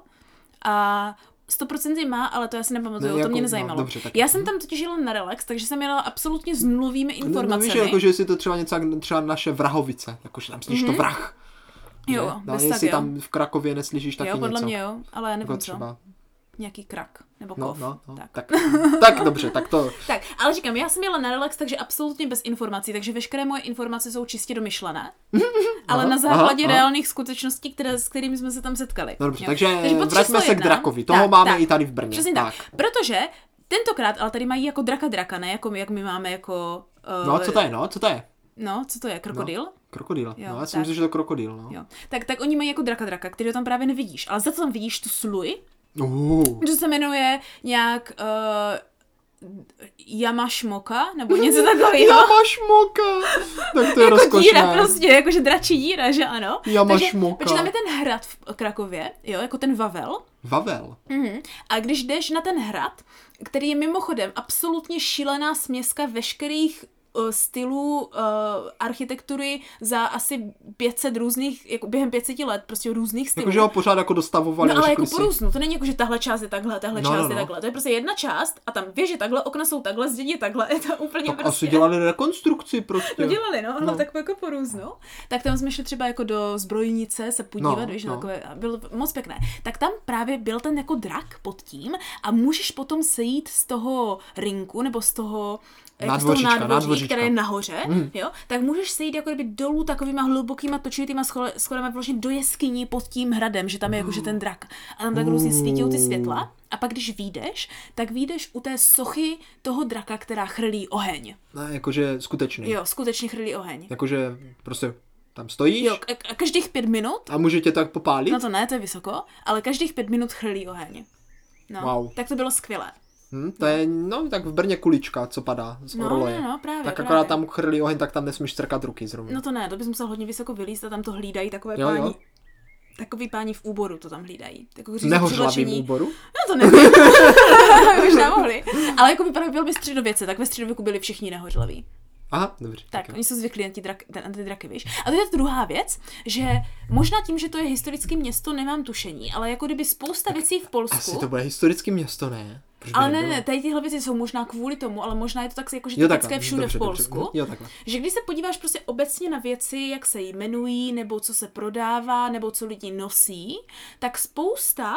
A 100% má, ale to já si nepamatuju, Ne, to jako- mě no, nezajímalo. dobře, tak- já jsem tam totiž jela na relax, takže jsem jela absolutně s nulovými No, no, informacemi. víš, jako, že jestli to třeba něco jak třeba naše Vrahovice, jakože tam slyšíš mm-hmm. Mhm. to vrah. jo, ne? no, bez tak, jestli jo. tam v Krakově neslyšíš taky jo, podle něco. mě jo, ale já jako nevím co. třeba. Nějaký krak nebo No, kov. no, no. Tak. Tak. tak dobře, tak to tak, ale říkám, já jsem jela na relax, takže absolutně bez informací, takže veškeré moje informace jsou čistě domyšlené, ale Aha, na základě aha, aha. reálných skutečností, které, s kterými jsme se tam setkali. No dobře, Jo. takže, bod číslo vraťme se k jedna. drakovi. Toho máme i tady v Brně. Přesně tak. Protože tentokrát, ale tady mají jako draka draka, ne jako my- jak my máme jako... Uh, No, co to je, no, co to je? No, co to je, krokodil? No, krokodýl. Jo, no, já si tak. myslím, že to je krokodýl, no. Jo. Tak, tak oni mají jako draka draka, který tam právě nevidíš, ale za to tam vidíš tu sluj, Uh, že se jmenuje nějak uh, Yamashmoka, nebo něco takového. já máš moka. Tak to je jako rozkošné. díra prostě, jakože dračí díra, že ano. Yamashmoka. Takže, protože tam je ten hrad v Krakově, jo, jako ten Vavel. Vavel. Mhm. A když jdeš na ten hrad, který je mimochodem absolutně šílená směska veškerých eh, stylů eh, architektury za asi 500 různých, jako během 500 let, prostě různých stylů. Jakože ho pořád jako dostavoval. No ale jako po různu, to není jako, že tahle část je takhle, tahle no, část no, no. je takhle. To je prostě jedna část a tam věže takhle, okna jsou takhle, zdi je takhle, je to úplně tak prostě... asi dělali rekonstrukci To prostě. dělali, no, no. No. tak jako po různu. Tak tam jsme šli třeba jako do zbrojnice se podívat, no, No, víš, no. no. takové, a bylo moc pěkné. Tak tam právě byl ten jako drak pod tím a můžeš potom sejít z toho rinku nebo z toho jako z toho Nádvoříčka, nádvoří, nádvoříčka. které je nahoře, mm. Mm. jo, tak můžeš sejít jako kdyby dolů takovýma hlubokýma točitýma schole- schodama vlastně do jeskyni pod tím hradem, že tam je jakože ten drak. A tam tak různě svítil ty světla. A pak když výjdeš, tak výjdeš u té sochy toho draka, která chrlí oheň. Ne, jakože skutečný. Jo, skutečně chrlí oheň. Jakože prostě tam stojíš Jo, a- a každých pět minut, a může tě tak popálit. no to ne, to je vysoko, ale každých pět minut chrlí oheň. No, Wow. tak to bylo skvělé. Hm, to je, no, tak v Brně kulička, co padá z No, orloje. no, no, právě, tak právě. akorát tam chrlí oheň, tak tam nesmíš strkat ruky zrovna. No to ne, to bys musel hodně vysoko vylíst a tam to hlídají takové Jo, jo. páni. Takový páni v úboru to tam hlídají. Tak jako v nehořlavým úboru. No to nevím. Už nemohli. Ale jako by právě byl by středověce, tak ve středověku byli všichni nehořlaví. Aha, dobře. Tak, jo. oni jsou zvyklí na ty, drak, na ty draky, víš. A to je ta druhá věc, že možná tím, že to je historické město, nemám tušení, ale jako kdyby spousta věcí v Polsku... Asi to bude historické město, ne? Proč by Ale ne, nebylo? ne, tady tyhle věci jsou možná kvůli tomu, ale možná je to tak jako, že Jo, typické takhle. všude dobře, v Polsku. Dobře. Jo, takhle. Že když se podíváš prostě obecně na věci, jak se jmenují, nebo co se prodává, nebo co lidi nosí, tak spousta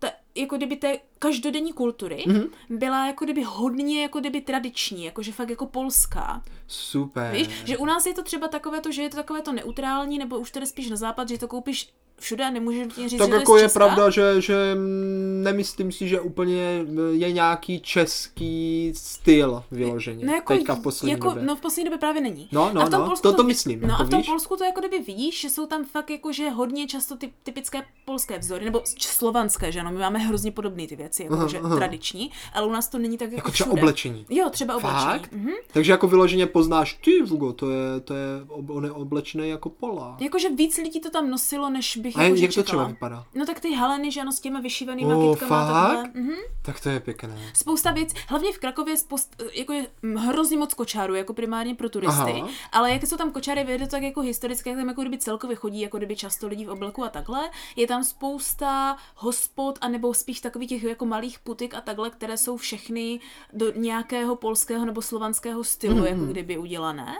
ta, jako kdyby té každodenní kultury Mhm. mm-hmm. byla jako kdyby hodně jako kdyby tradiční, jakože fakt jako polská. Super. Víš, že u nás je to třeba takové to, že je to takové to neutrální, nebo už tedy spíš na západ, že to koupíš všude a nemůžeš ti říct, tak že to jako je, z je Česka. pravda, že, že mm, nemyslím si, že úplně mm, je nějaký český styl vyloženě. No jako, Teďka v poslední jako, době. No v poslední době právě není. No, no, a v tom no, Polsku to- to myslím, No jako a v tom víš. Polsku to jako kdyby vidíš, že jsou tam fakt jako, že hodně často ty, typické polské vzory, nebo č- slovanské, že ano, my máme hrozně podobné ty věci, jako Aha, že aha. tradiční, ale u nás to není tak jako, jako třeba všude. oblečení. Jo, třeba oblečení. Fakt? Mhm. Takže jako vyloženě poznáš, ty Vlgo, to je, to je, ob- on je oblečený jako Polák. Jakože víc lidí to tam nosilo, než bych A jako, jak že jak to čekala. třeba vypadá? No tak ty haleny, že ano, s těma vyšívanýma O, kytkama a takhle. fakt? Mhm. Tak to je pěkné. spousta věc, hlavně v Krakově je spoust, jako je mm, hrozně moc kočárů, jako primárně pro turisty, Aha. Aha. ale jak jsou tam kočáry, vyjde to tak jako historické, jak tam jako kdyby celkově chodí, jako kdyby často lidí v obleku a takhle. Je tam spousta hospod, anebo spíš takových těch jako malých putik a takhle, které jsou všechny do nějakého polského nebo slovanského stylu, mm-hmm. jako kdyby udělané.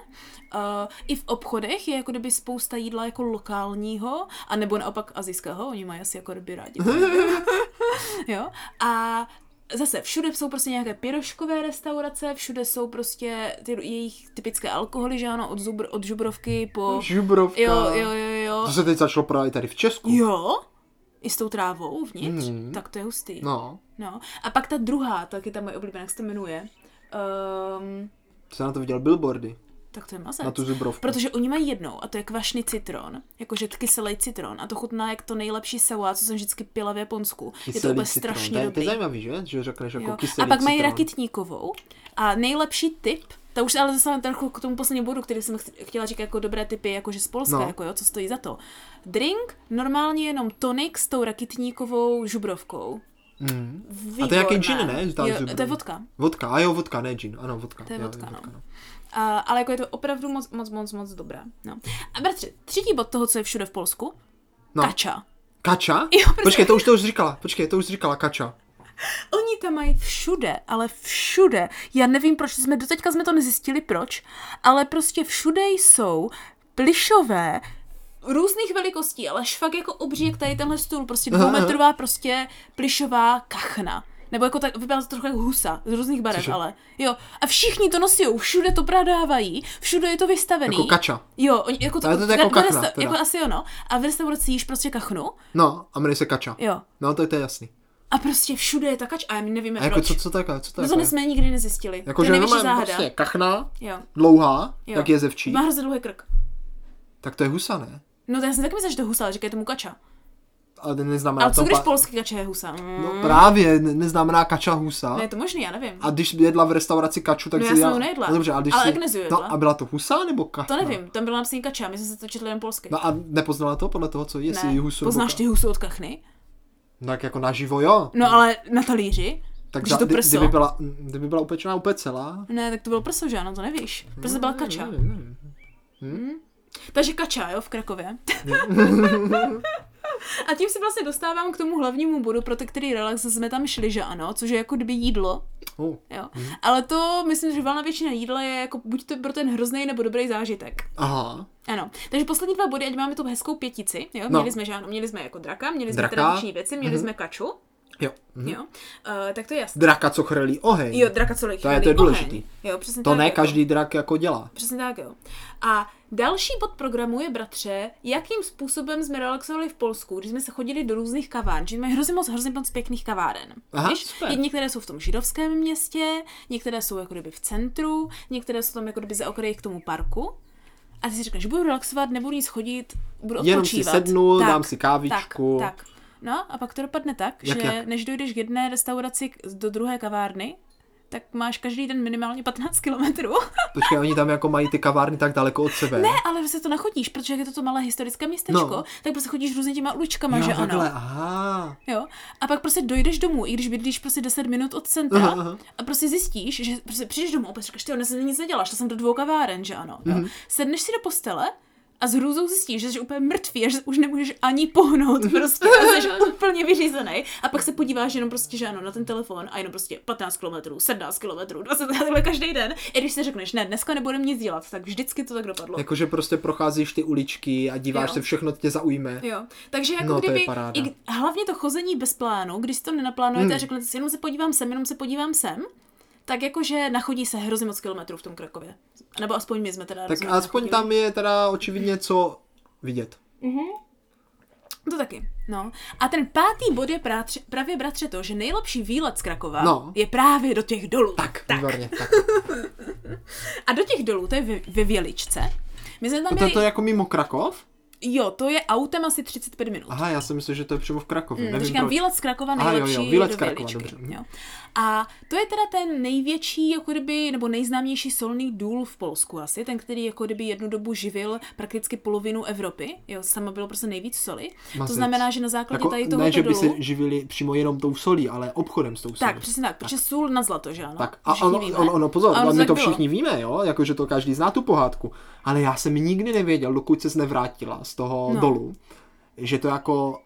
Uh, I v obchodech je jako kdyby spousta jídla jako lokálního, anebo naopak azijského, oni mají asi jako kdyby rádi. Jo? A zase všude jsou prostě nějaké piroškové restaurace, všude jsou prostě ty jejich typické alkoholy, že ano, od, zubr, od žubrovky po... Žubrovka. Jo, jo, jo, jo. To se teď začalo prodávat i tady v Česku. Jo? I s tou trávou vnitř? Mm. Mhm. Tak to je hustý. No, no. A pak ta druhá, taky ta moje oblíbená, jak se to jmenuje. Um, jsem na to viděl billboardy, tak to je mazec. na tu zubrovku. Protože oni mají jednou, a to je kvašný citron, jakože kyselý citron, a to chutná jak to nejlepší sawa, co jsem vždycky pila v Japonsku. je to Kyselý úplně citron. strašně to, je, to dobrý. je zajímavý, že? Že řekneš jako Jo. kyselý A pak mají citron. rakitníkovou. A nejlepší tip, to už ale zase trochu k tomu poslednímu bodu, který jsem ch- chtěla říkat jako dobré typy, jakože z Polska, No. jako jo, co stojí za to. Drink, normálně jenom tonik s tou rakitníkovou žubrovkou. Mhm. Výborné. A to je nějaký gin, ne? Tam Jo, zubrový. to je vodka. Vodka, a jo, vodka, ne gin. Ano, vodka. To je jo, vodka, no. A, ale jako je to opravdu moc, moc, moc, moc dobré. No. A bratře, třetí bod toho, co je všude v Polsku, No. kača. Kača? Jo, protože- Počkej, to už to už říkala. Počkej, to už říkala Kača. Oni tam mají všude, ale všude. Já nevím, proč jsme doteďka jsme to nezjistili, proč, ale prostě všude jsou plišové různých velikostí, ale až fakt jako obří, jak tady tenhle stůl, prostě Aha, aha. dvoumetrová prostě plišová kachna. Nebo jako tak, vypadá to trochu jako husa, z různých barev, Cože? ale jo. A všichni to nosí, všude to prodávají, všude je to vystavený. Jako Kača. Jo, oni, jako to, Ale to je jako ve kachna, resta- teda. jako asi jo, no. A v restauraci jíš prostě kachnu, No, a jmenuje se Kača. jo. No, to, to je jasný. A prostě všude je ta kač, a já nevíme A jako proč. co, co takhle, co to No je? to jsme nikdy nezjistili. Jako, to je že největší normálně záhada. prostě kachna, Jo, dlouhá, jo. No. jak je zevčí, Má hrozně dlouhý krk. tak to je husa, ne? No to já jsem taky myslela, že to je husa, ale říkají tomu kača. Ale to neznamená Ale co to když pa- polský kače je husa? Mm. No právě, ne- neznamená kača husa. No je to možný, já nevím. A když jedla v restauraci kaču, tak No si já jsem dělala- ji nejedla. No dobře, a když Ale si... Agnezu jedla. No a byla to husa nebo kachna? To nevím, tam bylo napsaný kača, my jsme se to četli jen polsky. No a nepoznala to podle toho, co je, jestli ne. husu nebo Poznáš ka- ty husu od kachny? No tak jako naživo jo. No ale na talíři? Tak Když to kdy- prso. kdyby byla, kdyby byla upečená úplně celá. Ne, tak to bylo prso, že ano, to nevíš. Prostě byla ne, kača. No, nevím, nevím. Takže kača, jo, v Krakově. A tím se vlastně dostávám k tomu hlavnímu bodu, pro ty, který relax jsme tam šli, že ano, což je jako kdyby jídlo, Oh, jo. Ale to, myslím, že valná většina jídla je jako buď to pro ten hrozný nebo dobrý zážitek. aha. Ano, takže poslední dva body, ať máme tu hezkou pětici, jo, No. měli jsme, že ano, měli jsme jako draka, měli jsme Draka. tradiční věci, měli jsme kaču, Jo. Mhm. jo, uh, tak to je jasné. Draka, co chrlí oheň. Jo, draka co lidi To je- to chtěli, je důležitý. oheň. Jo, přesně to tak, ne jo. každý drak jako dělá. Přesně tak, jo. A další bod programu je, bratře, jakým způsobem jsme relaxovali v Polsku, když jsme se chodili do různých kavárn, že mají hrozně moc, hrozně moc pěkných kaváren. Aha, super. Je- Některé jsou v tom židovském městě, některé jsou jako kdyby v centru, některé jsou tam jako kdyby za okraji k tomu parku. A ty si řekneš, budu relaxovat, nebudu nic chodit, budu odpočívat. Jenom si sednu, dám si kávičku. Tak, tak. No a pak to dopadne tak, Jak, že jak? než dojdeš k jedné restauraci k- do druhé kavárny, tak máš každý den minimálně 15 kilometrů. Počkej, oni tam jako mají ty kavárny tak daleko od sebe. Ne, ale se to nachodíš, protože jak je to to malé historické městečko, No. no. tak prostě chodíš různě těma uličkama, jo, že takhle, ano. aha. Jo? A pak prostě dojdeš domů, i když bydlíš prostě 10 minut od centra Aha, aha. a prostě zjistíš, že prostě přijdeš domů a pak říkáš, ty dnes nic nedělá, šla jsem do dvou kaváren, že ano. Mhm. Jo? Sedneš si do postele a s hrůzou zjistíš, že jsi úplně mrtvý a že už nemůžeš ani pohnout prostě a jsi úplně vyřízený. A pak se podíváš jenom prostě, že ano, na ten telefon a jenom prostě 15 km, 17 km, 20 km každý den. I když si řekneš, ne, dneska nebudem nic dělat, tak vždycky to tak dopadlo. Jakože prostě procházíš ty uličky a díváš Jo. se, všechno tě zaujme. Jo, takže jako No, to je kdyby, paráda. Hmm. i, k- hlavně to chození bez plánu, když si to nenaplánujete a řeknete si, jenom se podívám sem, jenom se podívám sem, tak jakože nachodí se hrozně moc kilometrů v tom Krakově. Nebo aspoň my jsme teda Tak rozhodně aspoň nachodili. tam je teda očividně co vidět. To taky, no. A ten pátý bod je prátře, právě bratře to, že nejlepší výlet z Krakova No. je právě do těch dolů. Tak, výborně. Tak. A do těch dolů, to je ve, ve Věličce. My jsme tam To, byli, to je jako mimo Krakov? jo, to je autem asi 35 minut. Aha, já si myslím, že to je přímo v Krakově. Hmm, Nevím říkám, proč. výlet z Krakova Aha, jo, jo, nejlepší výlet do z Krakova, Věličky, dobře, mhm. jo. A to je teda ten největší, jako kdyby, nebo nejznámější solný důl v Polsku asi, ten, který jako kdyby jednu dobu živil prakticky polovinu Evropy, jo, sama bylo prostě nejvíc soli. Mazec. To znamená, že na základě Jako, tady ne, že by tohoto důlu... se živili přímo jenom tou solí, ale obchodem s tou solí. Tak, přesně tak, protože sůl na zlato, že ano? Tak a Všichni ono, víme. ono, ono pozor, A ono my tak to bylo. všichni víme, jo, jakože to každý zná tu pohádku, ale já jsem nikdy nevěděl, dokud se nevrátila z toho No. dolu, že to jako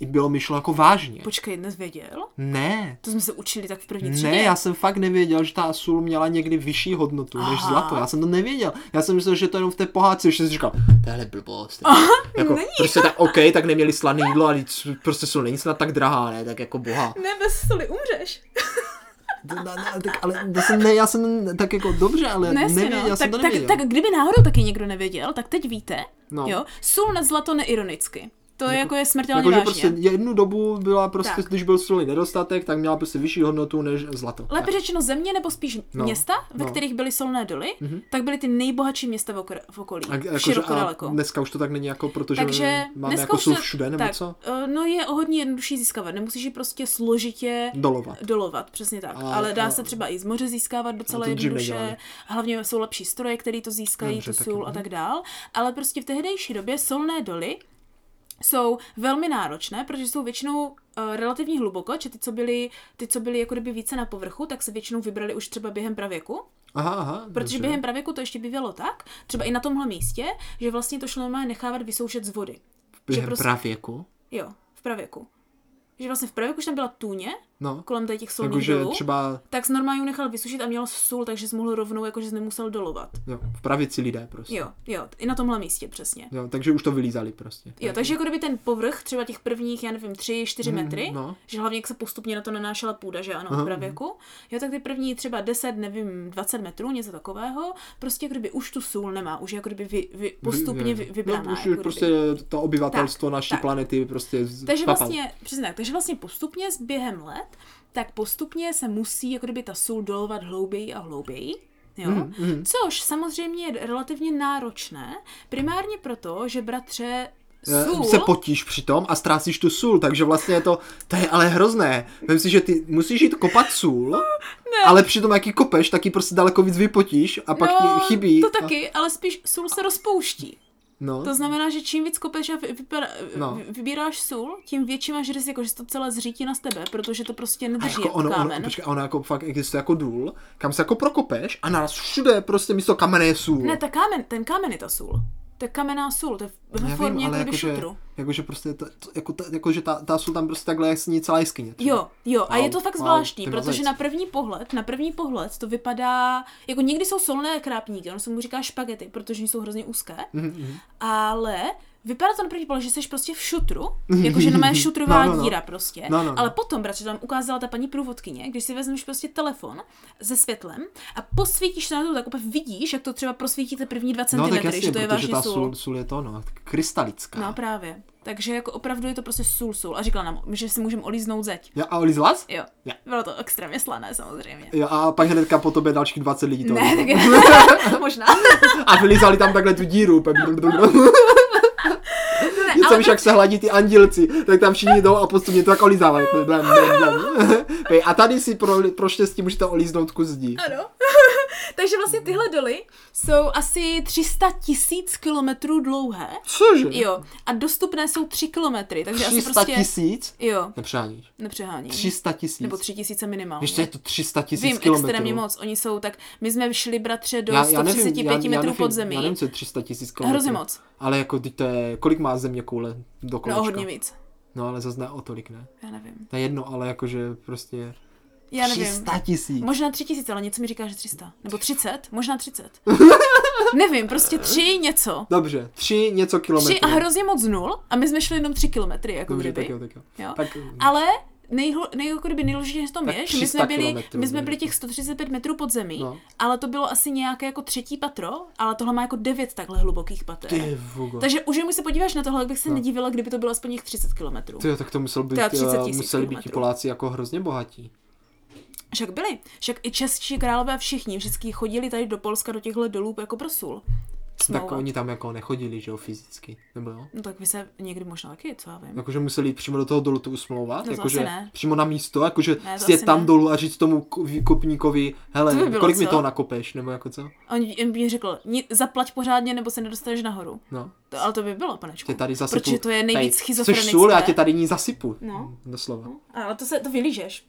i bylo myšlo jako vážně. Počkej, dnes věděl? ne, To jsme se učili tak v první třídě. ne, já jsem fakt nevěděl, že ta sůl měla někdy vyšší hodnotu než Aha. zlato, já jsem to nevěděl, já jsem myslel, že to jenom v té pohádce, že jsem si říkal, tohle blbost, jako, není. prostě tak, OK, tak neměli slané jídlo, ale c- prostě sůl není snad tak drahá, ne, tak jako boha. Ne, bez soli umřeš. To- na- na- tak, ale to jsem, ne, já jsem tak jako dobře, ale No jasně, nevěděl, no. já tak, jsem to nevěděl. Tak, tak kdyby náhodou taky někdo nevěděl, tak teď víte. No. No. Jo? Sůl na zlato neironicky. To je jako je smrtelně Jakože vážně. prostě jednu dobu byla prostě, tak. Tak. když byl solný nedostatek, tak měla prostě vyšší hodnotu než zlato. Jako, Lépe tak. řečeno země nebo spíš No, města, ve no. Mhm. kterých byly solné doly, tak byly ty nejbohatší města v, okr- v okolí. A, jako, široko a daleko. dneska už to tak není jako, protože Takže máme dneska jako už sůl se- všude, nebo tak, co? eh, No je o hodně jednodušší získávat, nemusíš ji prostě složitě Dolovat. dolovat, přesně tak. A- A, ale dá a- se třeba i z moře získávat docela to dřív nedělali. jednoduše. Hlavně jsou lepší stroje, které to získají, Dobře, tu taky, sůl a tak dál. Ale prostě v tehdejší době solné doly jsou velmi náročné, protože jsou většinou eh, relativně hluboko, že ty, co byly, ty, co byly jako kdyby více na povrchu, tak se většinou vybrali už třeba během pravěku, Aha, aha. protože dobře. během pravěku to ještě bývalo tak, třeba i na tomhle místě, že vlastně to šlo normálně nechávat vysoušet z vody. během prostě- pravěku. Jo, v pravěku. Že vlastně v pravěku už tam byla tůně, No, kolem tady těch solných jakože dolů, třeba... třeba tak jsi normálně ji nechal vysušit a měl jsi sůl, takže jsi mohl rovnou, jakože jsi nemusel dolovat. jo, v pravici lidé prostě. Jo, jo, i na tomhle místě přesně. Jo, takže už to vylízali prostě. Jo, takže jako kdyby ten povrch, třeba těch prvních, já nevím, tři, čtyři Mhm, metry, no. že hlavně jak se postupně na to nanášela půda, že ano, Aha, v pravěku, jo, tak ty první třeba 10, nevím, 20 metrů, něco takového, prostě jako kdyby už tu sůl nemá, už je jako kdyby vy, vy, postupně vy, vybraná. No, už jako kdyby. prostě to obyvatelstvo naší tak. planety prostě z- Takže papal. vlastně, přesně tak, takže vlastně postupně s během let, tak postupně se musí jako kdyby ta sůl dolovat hlouběji a hlouběji. Jo? Mhm, mhm. Což samozřejmě je relativně náročné, primárně proto, že bratře Eh, sůl... se potíš přitom a ztrácíš tu sůl, takže vlastně je to, to je ale hrozné. Vem si, že ty musíš jít kopat sůl, ale přitom jak ji kopeš, tak ji prostě daleko víc vypotíš a pak ti chybí. No, To a- taky, ale spíš sůl se rozpouští. No. To znamená, že čím víc kopeš a vy- vypra- No. no. vybíráš sůl, tím větší máš rizik, jako, že se to celé zřítí na tebe, protože to prostě A nedrží jako ono, jako ono, kámen. počkej, a ono jako fakt existuje jako důl, kam se jako prokopeš a naraz všude prostě místo kamene je sůl. ne, ta kámen, ten kámen je ta sůl. To je kamenná sůl, to je v- ve Nevím, formě ale jako kdyby jakože, šutru. jakože prostě ta, to- jako ta, jakože ta, ta sůl tam prostě takhle sní celá jeskyně. třeba. Jo, jo, wow, a je to Wow, fakt wow, zvláštní, ty wow, protože mazec. na první pohled, na první pohled to vypadá, jako někdy jsou solné krápníky, ono se mu říká špagety, protože jsou hrozně úzké, Mhm, mhm. ale vypadá to na první pohled, že jsi prostě v šutru, jakože na mé šutrová No, no, no. díra prostě. No, no, no. Ale potom, bratře, tam ukázala ta paní průvodkyně, když si vezmeš prostě telefon se světlem a posvítíš se na to, tak úplně vidíš, jak to třeba prosvítí ty první 2 cm, No tak že jasně, to je protože vážně ta sůl. sůl, sůl je to, no, tak krystalická. No právě. Takže jako opravdu je to prostě sůl, sůl. A říkala nám, že si můžeme olíznout zeď. Ja, a olizlas? Jo. Jo. Bylo to extrémně slané samozřejmě. Jo, a pak hnedka po tobě dalších 20 lidí to Ne, olizlo. tak možná. A vylizali tam takhle tu díru. Pe, bl, bl, bl. Něco ale víš, jak se hladí ty andílci, tak tam všichni jdou a postupně to tak olizávají. No. Blem, blem, blem. Pej, A tady si pro, pro štěstí můžete olíznout kus zdí. Ano. Takže vlastně tyhle doly jsou asi 300 tisíc kilometrů dlouhé. Cože? Jo. A dostupné jsou 3 kilometry, takže asi 300 prostě... tisíc? Jo, Nepřeháníš. nepřeháním. 300 tisíc. Nebo 3 tisíce minimálně. Ještě je to 300 tisíc Vím, kilometrů. extrémně moc. Oni jsou tak... My jsme šli, bratře, do 135 metrů nevím, pod zemí. Já nevím, co je 300 tisíc kilometrů. Hrozně moc. Ale jako, teď to je, kolik má země koule do kolečka? No, hodně víc. No, ale zase ne o tolik, ne? Já nevím. To je jedno, ale jakože prostě Já nevím. 300 tisíc. Možná tři tisíce, ale něco mi říká, že 300. Nebo 30, možná 30. Nevím, prostě tři něco. Dobře, tři něco kilometrů. Tři a hrozně moc nul a my jsme šli jenom tři kilometry, jako Dobře, tak kdyby. jo, tak jo. Jo. Tak, Ale nejho, nej, jako kdyby nejdůležitější v tom Tak je, že my 300 jsme, byli, kilometrů, my jsme ne? byli těch 135 metrů pod zemí, No. no. ale to bylo asi nějaké jako třetí patro, ale tohle má jako devět takhle hlubokých pater. Ty vogo. Takže už jenom když se podíváš na tohle, tak bych se nedivila, kdyby to bylo aspoň těch 30 kilometrů. Ty jo, tak to musel být, To je 30 eh, tisíc museli být ti kilometrů. Poláci jako hrozně bohatí. Však byli. Však i čeští králové a všichni vždycky chodili tady do Polska do těchto dolů jako pro sůl. Tak Smlouvat. oni tam jako nechodili, že jo, fyzicky, nebo jo? No tak vy se někdy možná taky, co já vím. Jakože museli jít přímo do toho dolu to usmlouvat, No to jakože asi ne. přímo na místo, jakože Ne, to sjet asi tam ne. dolů a říct tomu ku- výkopníkovi, hele, To by bylo, kolik mi co? toho nakopeš, nebo jako co? A On mi řekl, "Ni- zaplať pořádně, nebo se nedostaneš nahoru. No, To, ale to by bylo, panečku. tě tady zasypu. Protože to je nejvíc Což sůl, já schizofrenické. tě tady ní zasypu. No. Doslova. Ale to se, to vylížeš.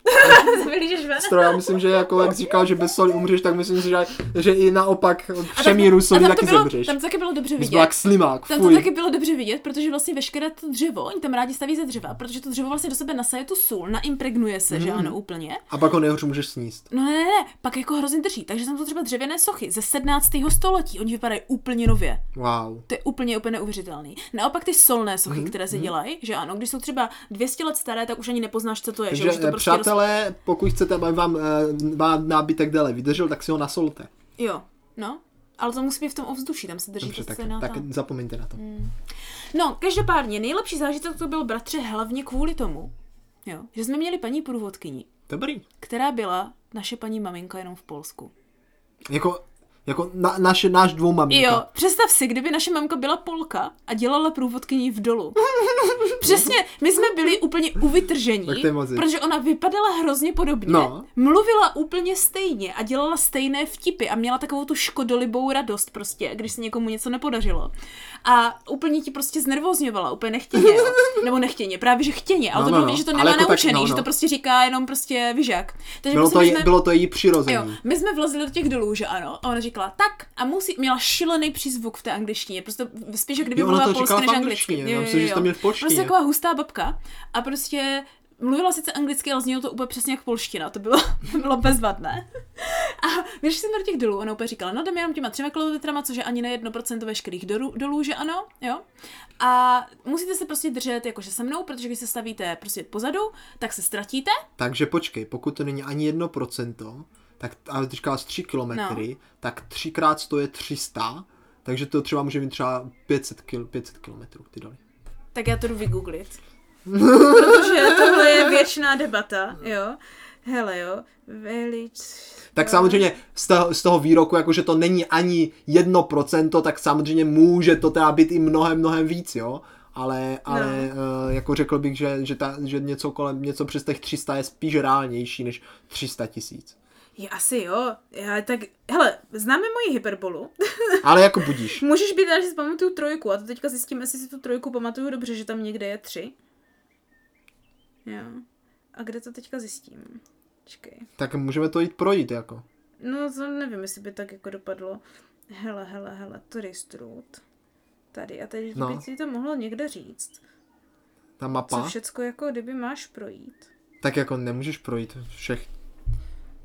to vylížeš ven. Stroj, já myslím, že jako jak říkal, že bez soli umřeš, tak myslím si, že, že i naopak v přemíru a soli tam to taky bylo, zemřeš. Tam to taky bylo dobře Bys byl vidět. jak slimák, Tam to fuj. taky bylo dobře vidět, protože vlastně veškeré to dřevo, oni tam rádi staví ze dřeva, protože to dřevo vlastně do sebe nasaje tu sůl, naimpregnuje se, Hmm. že ano, úplně. A pak ho nejhorší můžeš sníst. No ne, ne, ne, pak jako hrozně drží, takže tam jsou třeba dřevěné sochy ze 17. století, oni vypadají úplně nově. Wow. To je úplně, úplně neuvěřitelný. Naopak ty solné sochy, Mhm, které se dělají, že ano, když jsou třeba 200 let staré, tak už ani nepoznáš, co to je. Takže že už to eh, prostě roz... přátelé, pokud chcete, aby vám eh, vám nábytek déle vydržel, tak si ho nasolte. Jo, no. Ale to musí být v tom ovzduší, tam se drží Dobře, ta tak, scéna. tak tam. zapomeňte na to. Hmm. No, každopádně, nejlepší zážitek to byl bratře hlavně kvůli tomu, jo, že jsme měli paní průvodkyni, Dobrý. která byla naše paní maminka jenom v Polsku. Jako, jako na, naše, náš dvou maminka. Jo, představ si, kdyby naše mamka byla Polka a dělala průvodkyni v dolu. Přesně, my jsme byli úplně uvytržení, Tak to je moc hezký. protože ona vypadala hrozně podobně, No. mluvila úplně stejně a dělala stejné vtipy a měla takovou tu škodolibou radost prostě, když se někomu něco nepodařilo. A úplně ti prostě znervozňovala, úplně nechtěně, jo. nebo nechtěně, právě že chtěně, ale No, to no, bylo no. vidět, že to Ale nemá jako tak- naučený, no, no. že to prostě říká jenom prostě vyžák. Takže Bylo, prostě to, my je, bylo to její přirození. Jo, my jsme vlezli do těch dolů, že ano. A ona říkala tak a musí, měla šilený přízvuk v té angličtině, prostě spíš, jak kdyby Jo, ona to mluvila říkala polsky v než angličtině, anglicky. já myslím, že to měl v polštině. Prostě taková hustá babka a prostě mluvila sice anglicky, ale znělo to úplně přesně jak polština, to bylo, bylo bezvadné. A když jsme do těch dolů, ona úplně říkala, no jdeme jenom těma třema kilometrama, což je ani na 1% veškerých dolů, dolů, že ano, jo. A musíte se prostě držet jakože se mnou, protože když se stavíte prostě pozadu, tak se ztratíte. Takže počkej, pokud to není ani 1%, tak ale ty říkáš 3 kilometry, no. tak 3 krát to je 300, takže to třeba může mít třeba 500, kil, 500 kilometrů ty doly. Tak já to jdu vygooglit. Protože tohle je věčná debata, jo. Hele jo, velič... Tak samozřejmě z toho, z toho výroku, jakože to není ani 1%, tak samozřejmě může to teda být i mnohem, mnohem víc, jo? Ale, ale no. jako řekl bych, že, že, ta, že něco kolem, něco přes těch 300 je spíš reálnější než 300 tisíc. Je asi jo. Já, tak, hele, známe moji hyperbolu. Ale jako budíš. Můžeš být rád, že si pamatuju trojku a to teďka zjistím, jestli si tu trojku pamatuju dobře, že tam někde je tři. Jo. A kde to teďka zjistím? Čekej. Tak můžeme to jít projít jako. No, to nevím, jestli by tak jako dopadlo. Hele, hele, hele, tady strut. Tady a tady No. no. by ti to mohlo někde říct. Ta Co mapa. všecko jako kdyby máš projít. Tak jako nemůžeš projít všech.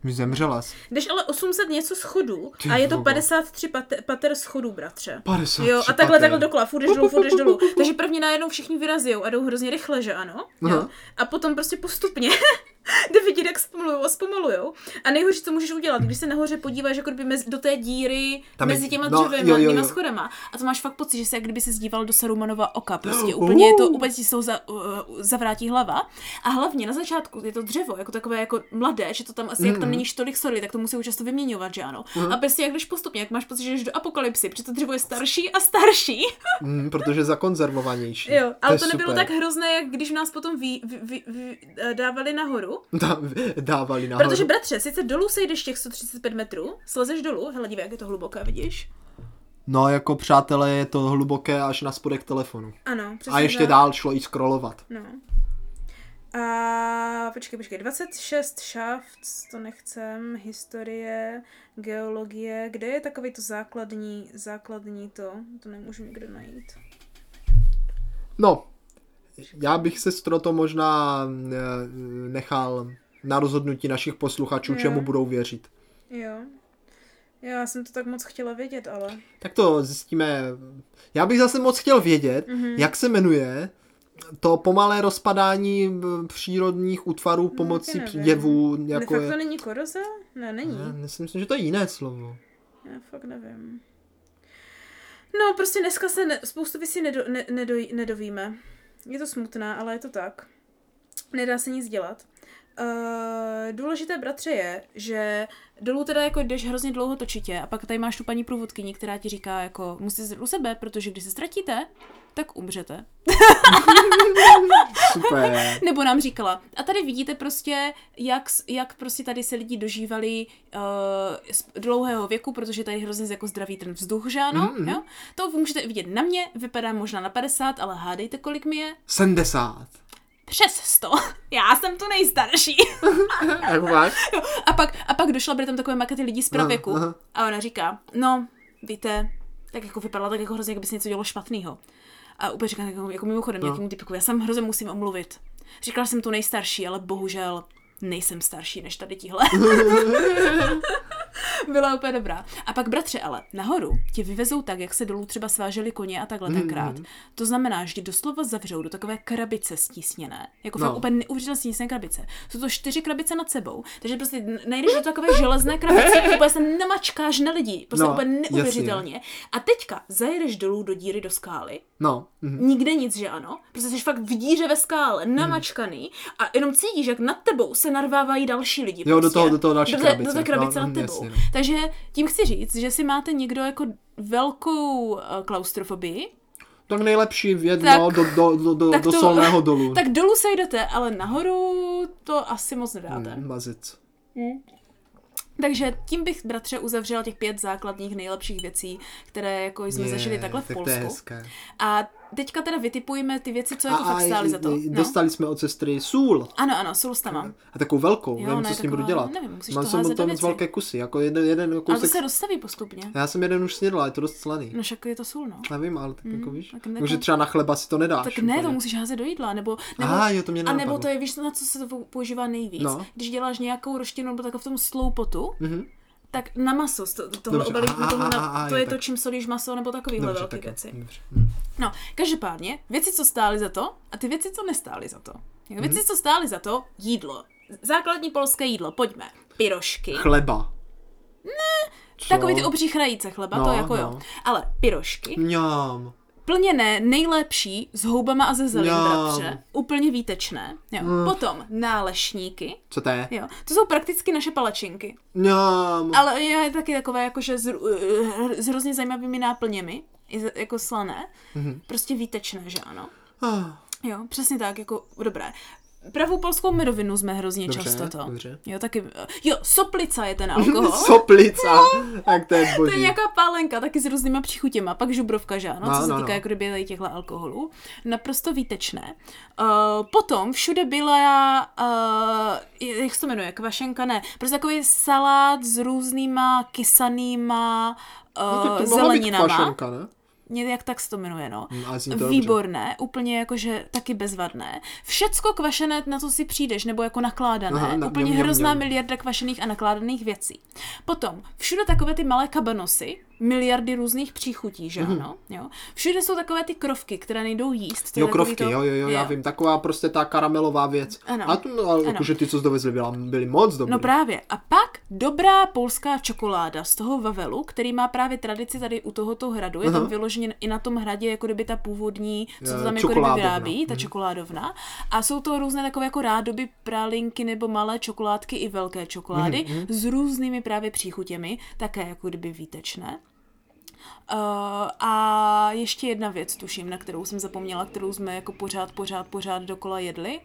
Mi zemřela. jsi. Jdeš ale 800 něco schodů Ty a je to vole. 53 pater, pater schodů, bratře. 50. Jo, a takhle, takhle dokola, furt jdeš dolů, furt jdeš dolů. Takže první najednou všichni vyrazijou a jdou hrozně rychle, že ano? Jo. Aha. A potom prostě postupně jde vidět, jak zpomalujou a zpomalujou. A nejhorší, co můžeš udělat, když se nahoře podíváš jako kdyby mezi, do té díry Tam Tam je- mezi těma no, dřevěma jo, jo, no, jo. schodama. A to máš fakt pocit, že se jak kdyby se zdíval do Sarumanova oka. Prostě úplně je to, Uh. úplně ti z toho za, uh, zavrátí hlava. A hlavně na začátku je to dřevo, jako takové jako mladé, že to tam asi, mm. jak tam Mm. není tolik soli, tak to musí často vyměňovat, že ano. A Mhm, prostě jak když postupně, jak máš pocit, že jdeš do apokalypsy, protože to dřevo je starší a starší. Mm, protože zakonzervovanější. Jo, ale je to, to nebylo super. tak hrozné, jak když nás potom vy, vy, vy, vy, eh, dávali nahoru. Dá, dávali nahoru. Protože, bratře, sice dolů sejdeš těch 135 metrů, slezeš dolů, hele, dívej, jak je to hluboké, vidíš? No jako přátelé je to hluboké až na spodek telefonu. Ano, přesně A ještě tak. dál šlo i scrollovat. No. A počkej, počkej, 26 shafts, to nechcem, historie, geologie, kde je takový to základní, základní to, to nemůžu nikde najít. No, já bych sestro to možná eh, nechal na rozhodnutí našich posluchačů, Jo. čemu budou věřit. Jo. Já jsem to tak moc chtěla vědět, ale... Tak to zjistíme. Já bych zase moc chtěl vědět, Mhm. mm-hmm. jak se jmenuje to pomalé rozpadání mm, přírodních útvarů pomocí No, nevím. jevů. Jako Jako ne, fakt to je... není koroze? Ne, není. Já si myslím, že to je jiné slovo. Já fakt nevím. No, prostě dneska se ne, spoustu věcí nedo, ne, nedoj, nedovíme. Je to smutné, ale je to tak. Nedá se nic dělat. Uh, důležité, bratře, je, že dolů teda jako jdeš hrozně dlouho točitě a pak tady máš tu paní průvodkyni, která ti říká jako musíte jít u sebe, protože když se ztratíte, tak umřete. Super. Nebo nám říkala. A tady vidíte prostě, jak, s- jak prostě tady se lidi dožívali uh, z dlouhého věku, protože tady hrozně jako zdravý ten vzduch, že ano? Mhm. Jo? To vy můžete vidět na mě, vypadá možná na 50, ale hádejte, kolik mi je? 70. Přes 100. Já jsem tu nejstarší. Jak máš? Jo, a, pak, a pak došla, byly tam takové makety lidí z pravěku. Aha, aha. A ona říká, no, víte, tak jako vypadala tak jako hrozně, jak by se něco dělo špatného. A úplně říká, jako, jako mimochodem, no. No. nějakému typku, já jsem hrozně musím omluvit. Říkala jsem tu nejstarší, ale bohužel nejsem starší než tady tihle. Byla úplně dobrá. A pak bratře, ale nahoru tě vyvezou tak, jak se dolů třeba sváželi koně a takhle tenkrát. To znamená, že tě doslova zavřou do takové krabice stísněné. Jako no. No. fakt úplně neuvěřitelně stísněné krabice. Jsou to čtyři krabice nad sebou, takže prostě n- najdeš do takové železné krabice a úplně se namačkáš na lidi. Prostě no, No, úplně neuvěřitelně. A teďka zajedeš dolů do díry do skály, No. mhm. nikde nic, že ano, prostě jsi fakt v díře ve skále, Hmm. namačkaný a jenom cítíš, jak nad tebou se narvávají další lidi. Jo, do prostě. toho- do toho další do, té- Do krabice. té krabice No, no, nad tebou. jasně, no. Takže tím chci říct, že si máte někdo jako velkou uh, klaustrofobii, Tak nejlepší jedno Tak- do, do, do, do, tak do to- solného dolu. tak dolů se jdete, ale nahoru to asi moc nedáte. Hmm, Mazec. Takže tím bych, bratře, uzavřela těch pět základních nejlepších věcí, které jako jsme Je, zažili takhle v tak to je Polsku. hezké. A teďka teda vytipujeme ty věci, co jako A- fakt a stály za to. i- No. Dostali jsme od sestry sůl. Ano, ano, solstama. A takovou velkou, Jo, jo, nevím, ne, co s tím budu taková- dělat. nevím, musíš Mám to jsem házet do to moc věci. velké kusy, jako jeden, jeden Ale to kousek. se dostaví postupně. Já jsem jeden už snědla, je to dost slaný. No však je to sůl, no. Nevím, ale tak jako víš. tak Tak nechám- Takže třeba na chleba si to nedáš. Tak ne, to úplně. musíš házet do jídla, nebo, nebo Aha, jo, to mě a nebo nenapadlo. to je, víš, na co se to používá nejvíc. No. No. Když děláš nějakou roštinu nebo takhle v tom sloupotu, Mhm. tak na maso, to, tohle Dobře, obalí, a- a- tohle na, a- a- to jo, je to, tak. čím solíš maso, nebo takovýhle Dobře, velké tak jo, věci. dobře. No, každopádně, věci, co stály za to, a ty věci, co nestály za to. Jo, Mhm. Věci, co stály za to, jídlo. Základní polské jídlo, pojďme. Pirošky. Chleba. Ne, Takový ty obří chrajíce chleba, to No, jako jo. no. Ale pirošky, Mňám. plněné nejlepší s houbama a ze zelí, Jo. bratře. Úplně výtečné. Jo. Mm. Potom nálešníky. Co to je? Jo. To jsou prakticky naše palačinky. Mňám. Ale je taky takové jakože s, eh, s hrozně zajímavými náplněmi. i z- Jako Mhm. slané. Prostě výtečné, že ano. Ah, Jo, přesně tak, jako dobré. pravou polskou mirovinu jsme hrozně Dobře, často to. dobře. Jo, taky, eh, jo, soplica je ten alkohol. Soplica, tak to je To je jako, boží. nějaká pálenka, taky s různýma příchutěma, pak žubrovka, že ano, No, co se no, týká no. jako kdyby tady těchto alkoholů. Naprosto výtečné. Uh, potom všude byla, uh, jak se to jmenuje, kvašenka, ne, prostě takový salát s různýma kysanýma No, tak uh, to mohla být zeleninama. kvašenka, ne? Ně- Jak tak se to jmenuje, no. Hm, Ale zní to dobře. Výborné, úplně jakože taky bezvadné. Všecko kvašené, na co si přijdeš, nebo jako nakládané. Aha, Aha, na- úplně mňam, mňam, hrozná mňam. miliarda kvašených a nakládaných věcí. Potom všude takové ty malé kabanosy, miliardy různých příchutí, Mhm. že ano? Jo? Všude jsou takové ty krovky, které nejdou jíst. To je Jo, takový krovky, to... jo, jo, jo, já vím, taková prostě ta karamelová věc. Ano. A to, no, ale Ano. jakože ty, co jsi dovezli, byla, byly moc dobré. No právě. A pak dobrá polská čokoláda z toho Vavelu, který má právě tradici tady u tohoto hradu. Je Aha. tam vyloženě i na tom hradě, jako kdyby ta původní, co to Eh, tam jako kdyby čokoládovna. Mhm. vyrábí, ta čokoládovna. A jsou to různé takové jako rádoby pralinky nebo malé čokoládky i velké čokolády Mhm, s různými právě příchutěmi, také jako kdyby výtečné. Uh, a ještě jedna věc, tuším, na kterou jsem zapomněla, kterou jsme jako pořád, pořád, pořád dokola jedli.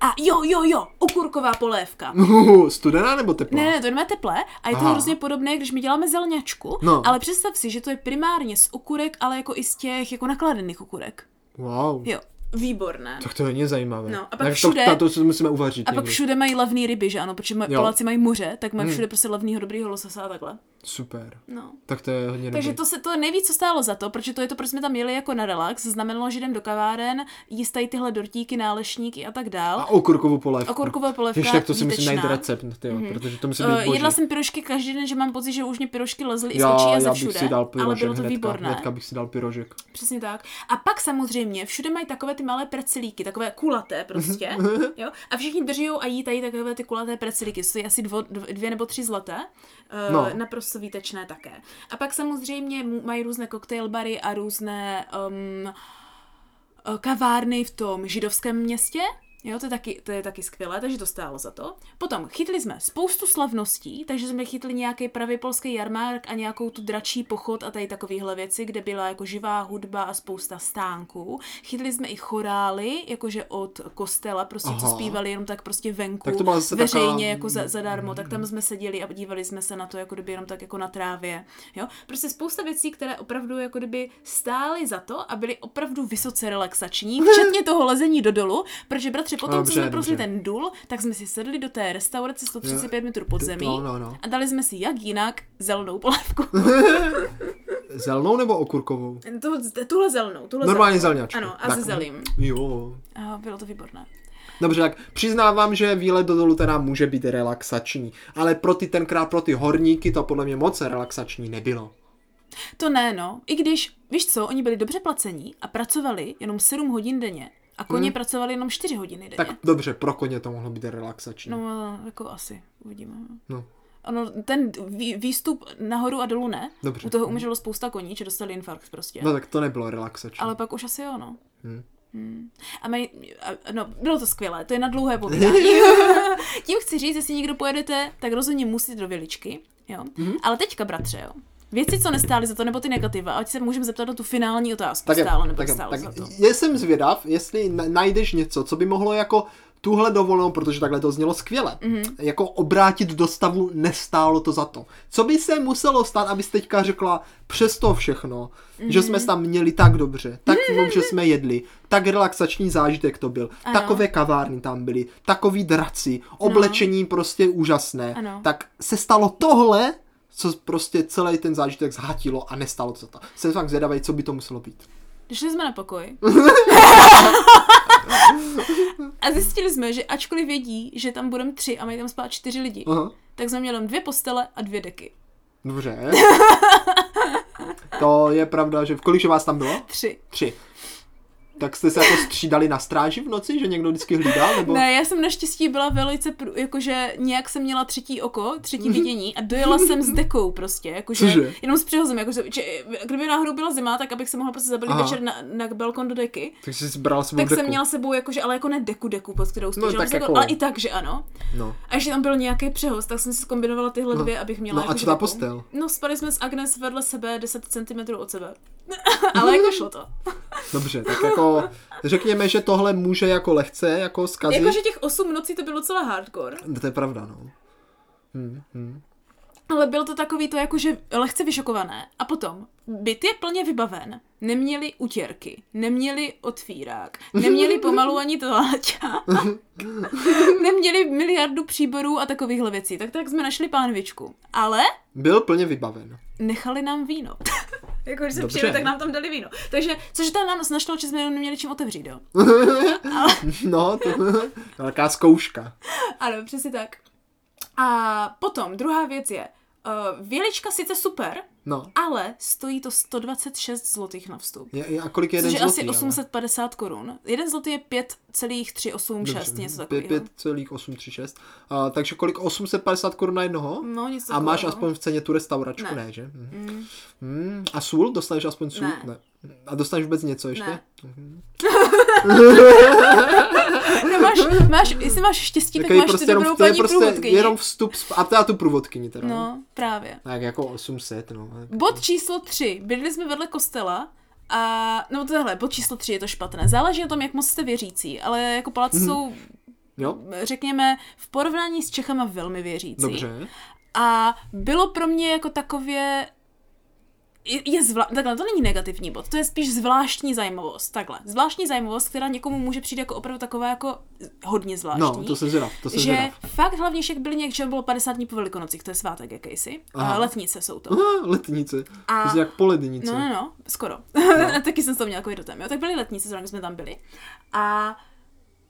A jo, jo, jo, okurková polévka. Uhuhu, studená nebo teplá? Ne, ne, to je teplé a je to Aha. hrozně podobné, když my děláme zelňačku, No. ale představ si, že to je primárně z okurek, ale jako i z těch jako nakladených okurek. Wow, Jo, výborné. tak to je hodně zajímavé. No, a pak tak všude- To, na to si musíme uvařit A pak někdy. všude mají levný ryby, že ano, protože ma- Jo. Hmm. Poláci mají moře, tak mají všude prostě levnýho dobrýho lososa a takhle. Super, No. tak to je hodně Takže dobrý. to se to nejvíc, co stálo za to, protože to je to, proč jsme tam jeli jako na relax, znamenalo, že jdem do kaváren, jíst tady tyhle dortíky, nálešníky a tak dál. A okurkovou polévku. Okurková polévka, Jež, tak to si musím najít výtečná. recept, no, tyjo, protože to musí být Uh, boží. jedla jsem pirošky každý den, že mám pocit, že už mě pirošky lezly i z já, očí a já ze bych všude, si dal ale pirožek bylo to hnedka, výborné. Hnedka bych si dal pirožek. Přesně tak. A pak samozřejmě všude mají takové ty malé precilíky, takové kulaté prostě. jo? A všichni drží a jí tady takové ty kulaté precilíky, jsou asi dvo, dv- dvě nebo tři zlaté. Uh, No. Naprosto výtečné také. A pak samozřejmě mu- mají různé koktejlbary a různé um, eh, kavárny v tom židovském městě. Jo, to je, taky, to je taky skvělé, takže to stálo za to. Potom chytli jsme spoustu slavností, takže jsme chytli nějaký pravý polský jarmárk a nějakou tu dračí pochod a tady takovéhle věci, kde byla jako živá hudba a spousta stánků. Chytli jsme i chorály, jakože od kostela, prostě co Aha. zpívali jenom tak prostě venku, Tak to byla zase veřejně taková- jako za, zadarmo, tak Mm. tam jsme seděli a dívali jsme se na to jako kdyby jenom tak jako na trávě. Jo? Prostě spousta věcí, které opravdu jako kdyby stály za to a byly opravdu vysoce relaxační, včetně toho lezení do dolu, protože bratře, potom Dobře, co jsme prošli dobře. ten důl, tak jsme si sedli do té restaurace 135 metrů pod zemí No, no, no. a dali jsme si jak jinak zelenou polévku. Zelnou nebo okurkovou? tu, tuhle zelenou, tuhle Normálně zelenou. zelňačku. Ano, a Tak. se zelím. Jo. A bylo to výborné. Dobře, tak přiznávám, že výlet do dolu teda může být relaxační, ale pro ty tenkrát, pro ty horníky to podle mě moc relaxační nebylo. To ne, no. I když, víš co, oni byli dobře placení a pracovali jenom 7 hodin denně. A koně pracovali jenom 4 hodiny denně. Hmm. Tak dobře, pro koně to mohlo být relaxační. Eh, No, ale jako asi, uvidíme. No. Ono, ten vý- výstup nahoru a dolů ne. Dobře. U toho umřelo spousta koní, že dostali infarkt prostě. No tak to nebylo relaxační. Ale pak už asi jo, no. Hm. Hmm. A my, a, no, bylo to skvělé, to je na dlouhé povídání. Tím chci říct, jestli někdo pojedete, tak rozhodně musíte do Viličky, jo. Mhm. Ale teďka, bratře, jo. Věci, co nestály za to, nebo ty negativa, ať se můžeme zeptat na tu finální otázku, Tak, je, stálo nebo tak, je, stálo tak za to. je- jsem zvědav, jestli na- najdeš něco, co by mohlo jako tuhle dovolenou, protože takhle to znělo skvěle, mm-hmm. Mhm. jako obrátit do stavu nestálo to za to. Co by se muselo stát, abys teďka řekla přesto všechno, mm-hmm. že Mhm. jsme se tam měli tak dobře, tak dobře jsme jedli, tak relaxační zážitek to byl, Ano. No. ano. takové kavárny tam byly, takový draci, oblečení prostě úžasné, Ano. tak se stalo tohle, co prostě celý ten zážitek zhatilo a nestalo to za to. Jsem fakt zvědavý, co by to muselo být. Šli jsme na pokoj. a zjistili jsme, že ačkoliv vědí, že tam budeme tři a mají tam spát čtyři lidi, Aha, tak jsme měli jenom dvě postele a dvě deky. dobře. to je pravda, že v kolik že vás tam bylo? Tři. Tři. Tak jste se jako střídali na stráži v noci, že někdo vždycky hlídal? Nebo... Ne, já jsem naštěstí byla velice, prů- jakože nějak jsem měla třetí oko, třetí vidění a dojela jsem s dekou prostě, jakože Mhm. Cože? jenom s přihozem, jakože že, kdyby náhodou byla zima, tak abych se mohla prostě zabalit Aha. večer na, na balkon do deky, Tak jsi si bral svou tak deku. jsem měla s sebou jakože, ale jako ne deku deku, pod kterou spíš, No, ale, tak prostě jako- ale i tak, že ano. No. A ještě tam byl nějaký přehoz, tak jsem si zkombinovala tyhle No. dvě, abych měla jako No a jakože co ta takovou- postel? No, spali jsme s Agnes vedle sebe 10 cm od sebe. Mhm. ale jako šlo to. Dobře, tak jako řekněme, že tohle může jako lehce jako zkazit. Jakože těch 8 nocí to bylo docela hardcore. No, To je pravda, no. Hmm, hmm. Ale bylo to takový to jakože lehce vyšokované. A potom, byt je plně vybaven. Neměli utěrky, neměli otvírák, neměli pomalu ani toaťa, Mhm. neměli miliardu příborů a takovýchhle věcí. Tak tak jsme našli pánvičku. Ale Byl plně vybaven. nechali nám víno. jako když jsem Dobře. přijeli, tak nám tam dali víno. Takže, což tam nám našlo, že jsme jenom neměli čím otevřít, jo? No, to je velká zkouška. Ano, přesně tak. A potom, druhá věc je, uh, vělička sice super, No. ale stojí to 126 zlotých na vstup. Je, je, a kolik je jeden Což je zlotý? asi 850 korun. Jeden zlotý je 5,386, něco takového. 5,836. A, takže kolik? 850 korun na jednoho? No, něco A takového. máš aspoň v ceně tu restauračku, ne, Ne. že? Mm. Mm. A sůl? Dostaneš aspoň sůl? Ne. A dostaneš vůbec něco ještě? Ne. Mhm. No, máš, máš, jestli máš štěstí, tak Takový máš tu dobrou to je paní prostě průvodkyni. jenom vstup, sp- a teda tu průvodkyni teda. No, právě. Tak jako 800, no. Bod číslo 3. Bydli jsme vedle kostela a, no tohle, bod číslo 3 je to špatné. Záleží na tom, jak moc jste věřící, ale jako Mhm. Palaci jsou, Jo, řekněme, v porovnání s Čechama velmi věřící. dobře. No, A bylo pro mě jako takově je- je zvla... takhle, to není negativní bod, to je spíš zvláštní zajímavost, takhle. Zvláštní zajímavost, která někomu může přijít jako opravdu taková jako hodně zvláštní. No, to jsem zvědav, to jsem že zvědav. fakt hlavně však byly nějak, že bylo 50 dní po velikonocích, to je svátek jakýsi. Aha. A letnice jsou to. Ah, letnice. A- To je jak po lednici. No, no, no, skoro. Taky jsem to měla jako dotem, jo. Tak byly letnice, zrovna jsme tam byli. A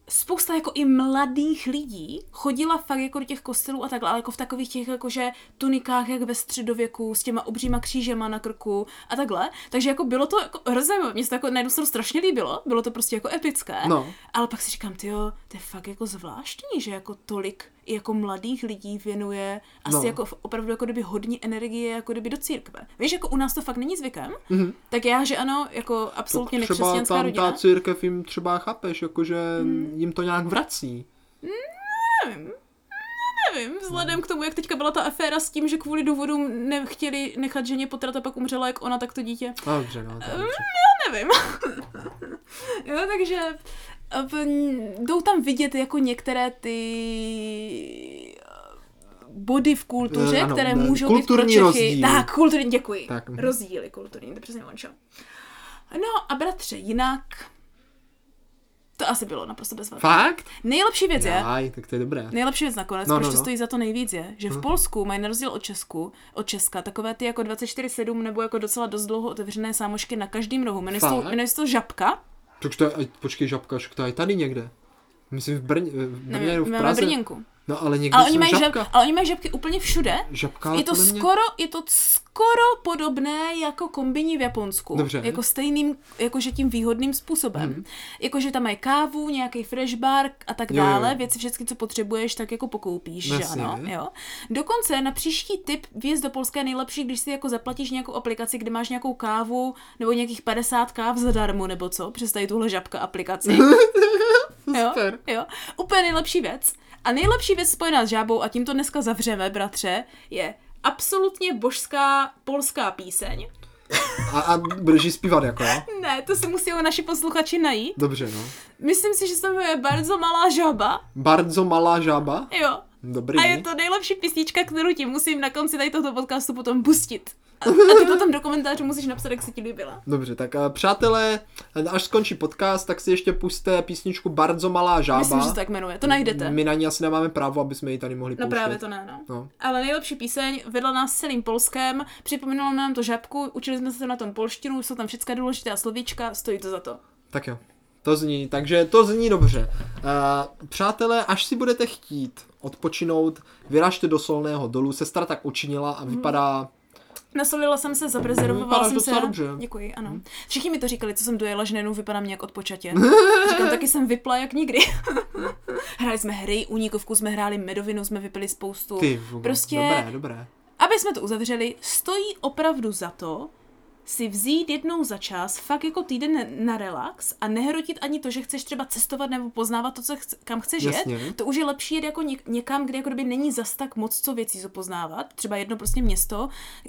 spousta jako i mladých lidí chodila fakt jako do těch kostelů a takhle, ale jako v takových těch jakože tunikách jak ve středověku s těma obříma křížema na krku a takhle. Takže jako bylo to jako hrozně, mně se to jako na jednu stranu strašně líbilo, bylo to prostě jako epické. No. Ale pak si říkám, ty to je fakt jako zvláštní, že jako tolik i jako mladých lidí věnuje asi No. jako v- opravdu jako kdyby hodně energie jako kdyby do církve. Víš, jako u nás to fakt není zvykem, mm-hmm. tak já, že ano, jako absolutně Mhm. třeba nekřesťanská tam rodina. Hmm. ta církev jim třeba chápeš, jakože jim to nějak vrací. Nevím. Nevím, vzhledem k tomu, jak teďka byla ta aféra s tím, že kvůli důvodům nechtěli nechat ženě potrat a pak umřela jak ona, tak to dítě. No, dobře, no, to je dobře. nevím. jo, takže a p- jdou tam vidět jako některé ty body v kultuře, Eh, ano, ano, které ne, můžou kulturní být pro Čechy. rozdíly. Tak, kulturní, děkuji. Tak, mhm. Rozdíly kulturní, to přesně ončo. No a bratře, jinak to asi bylo naprosto bez vady. Fakt? Nejlepší věc je, Aj, tak to je dobré. Nejlepší věc nakonec, No, no, no, proč no, to no. stojí za to nejvíc je, že v Polsku mají na rozdíl od Česku, od Česka takové ty jako 24-7 nebo jako docela dost dlouho otevřené sámošky na každém rohu. Jmenuje se to- Fakt? jmenuje se to žabka, Tak to je, aj- počkej, žabka, že to je tady někde. Myslím v Brně, v Brně, nevím, nebo v máme Praze. Brněnku. No ale někde Ale ale oni, jsou mají žabka. žab, ale oni mají žabky úplně všude. Žabka, ale Je to, podle mě- skoro, je to skoro podobné jako kombiní v Japonsku. Dobře. Mhm. Jako stejným, jakože tím výhodným způsobem. Mm. Jakože tam mají kávu, nějaký fresh bar a tak Jo, jo, jo. dále. Věci všechny, co potřebuješ, tak jako pokoupíš, že Jasně. ano? Jo. Dokonce na příští typ vjezd do Polska je nejlepší, když si jako zaplatíš nějakou aplikaci, kde máš nějakou kávu nebo nějakých 50 káv zadarmo nebo co, přes tady tuhle žabka aplikaci. Jo, Super. jo. Úplně nejlepší věc. A nejlepší věc spojená s žábou, a tím to dneska zavřeme, bratře, je absolutně božská polská píseň. A, a budeš ji zpívat jako, jo? Ne, to si musí naši posluchači najít. Dobře, no. Myslím si, že se jmenuje Bardzo malá žaba. Bardzo malá žaba. Jo. Dobrý. A je to nejlepší písnička, kterou ti musím na konci tady tohoto podcastu potom pustit. A, a ty potom do komentářů musíš napsat, jak se ti líbila. Dobře, tak eh, přátelé, až skončí podcast, tak si ještě puste písničku Bardzo malá žába. Myslím, že se to tak jmenuje. To najdete. My na ní asi nemáme právo, aby jsme ji tady mohli No pouštět. právě to ne, no. No. Ale nejlepší píseň vedla nás celým Polskem, připomínalo nám to žabku, učili jsme se na tom polštinu, jsou tam všechna důležitá slovíčka, stojí to za to. Tak jo. To zní, takže to zní dobře. Uh, přátelé, až si budete chtít odpočinout, vyražte do solného dolu. Sestra tak učinila a Mhm. vypadá... Nasolila jsem se, Vypadáš zaprezervovala jsem se. docela dobře. Mhm. Děkuji, ano. Všichni mi to říkali, co jsem dojela, že nenu vypadám nějak odpočatě. Říkám, taky jsem vypla jak nikdy. Hráli jsme hry, únikovku jsme hráli, medovinu jsme vypili spoustu. Ty, vůbec. prostě Dobré, dobré. Aby jsme to uzavřeli, stojí opravdu za to si vzít jednou za čas, fakt jako týden na relax a nehrotit ani to, že chceš třeba cestovat nebo poznávat to, co chc- kam chceš Jasně, jet. no. To už je lepší jet jako něk- někam, kde jako kdyby není zas tak moc co věcí co poznávat. Třeba jedno prostě město.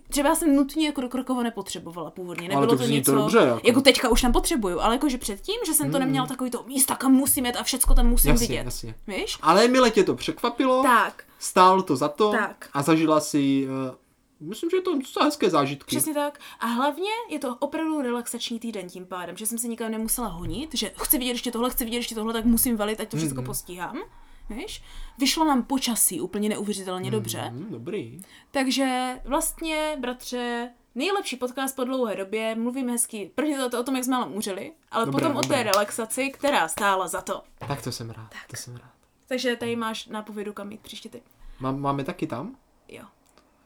Třeba já jsem nutně jako do Krokova nepotřebovala původně. Nebylo Ale to zní to něco, dobře, jako. Hmm. jako teďka už tam potřebuju, ale jakože předtím, že jsem to neměla takový to místa, kam musím jet a všecko tam musím Jasně, vidět. jasně. Víš? Ale mile tě to překvapilo, Tak, stálo to za to Tak. a zažila si, eh, myslím, že je to docela hezké zážitky. Přesně tak. A hlavně je to opravdu relaxační týden tím pádem, že jsem se nikam nemusela honit, že chci vidět ještě tohle, chci vidět ještě tohle, tak musím valit, ať to Mm-hmm. všechno postíhám. Víš? Vyšlo nám počasí úplně neuvěřitelně dobře. Hm, dobrý. Takže vlastně, bratře, nejlepší podcast po dlouhé době, mluvíme hezky, prvně to, to o tom, jak jsme málem umřeli, ale Dobré, potom o té dobré. relaxaci, která stála za to. Tak to jsem rád, tak. to jsem rád. Takže tady máš nápovědu, kam jít příště ty. Má, máme taky tam? Jo.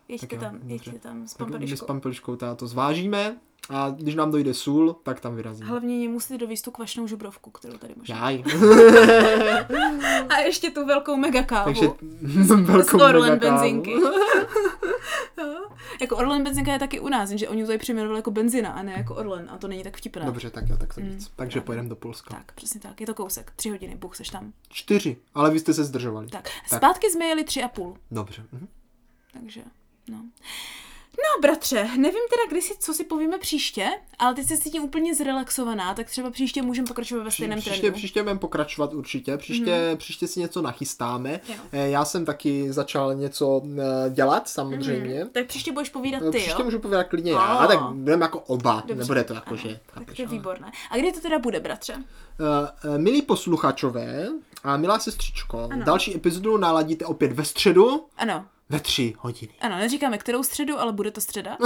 Jeďte Tak jo, tam, jeďte dobře. tam s Tak my s pampeliškou. pampeliškou teda to zvážíme a když nám dojde sůl, tak tam vyrazíme. Hlavně nemusíte dovíst tu kvašnou žubrovku, kterou tady možná. Jaj. A ještě tu velkou mega kávu. Takže z velkou Orlen megakávu. benzinky. jako Orlen benzinka je taky u nás, jenže oni to tady přejmenovali jako benzina a ne jako Orlen a to není tak vtipné. Dobře, tak jo, tak to nic. Takže pojedeme do Polska. Hmm. Tak, přesně tak. Je to kousek. Tři hodiny, Bůh seš tam. Čtyři, ale vy jste se zdržovali. Tak. Tak. Zpátky jsme jeli tři a půl. Dobře. Mhm. Takže, no. No, bratře, nevím teda, kdy si, co si povíme příště, ale teď se cítím úplně zrelaxovaná, tak třeba příště můžeme pokračovat ve Pří, stejném příště, trendu. Hmm. příště budeme pokračovat určitě, příště, mm. příště si něco nachystáme. Jo. Eh, Já jsem taky začal něco eh, dělat samozřejmě. Tak příště budeš povídat Mm. Hmm. ty, Příště jo? můžu povědět klidně já, A. tak budeme jako oba, Dobře. nebude to jako, Ano, že... Tak chápeš, to je ale- výborné. A kdy to teda bude, bratře? Eh, eh, Milí posluchačové a milá sestřičko, ano. další epizodu naladíte opět ve středu Ano, ve tři hodiny. Ano, neříkáme kterou středu, ale bude to středa.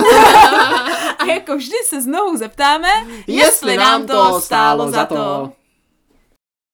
A jako vždy se znovu zeptáme, Jestli nám to stálo za to.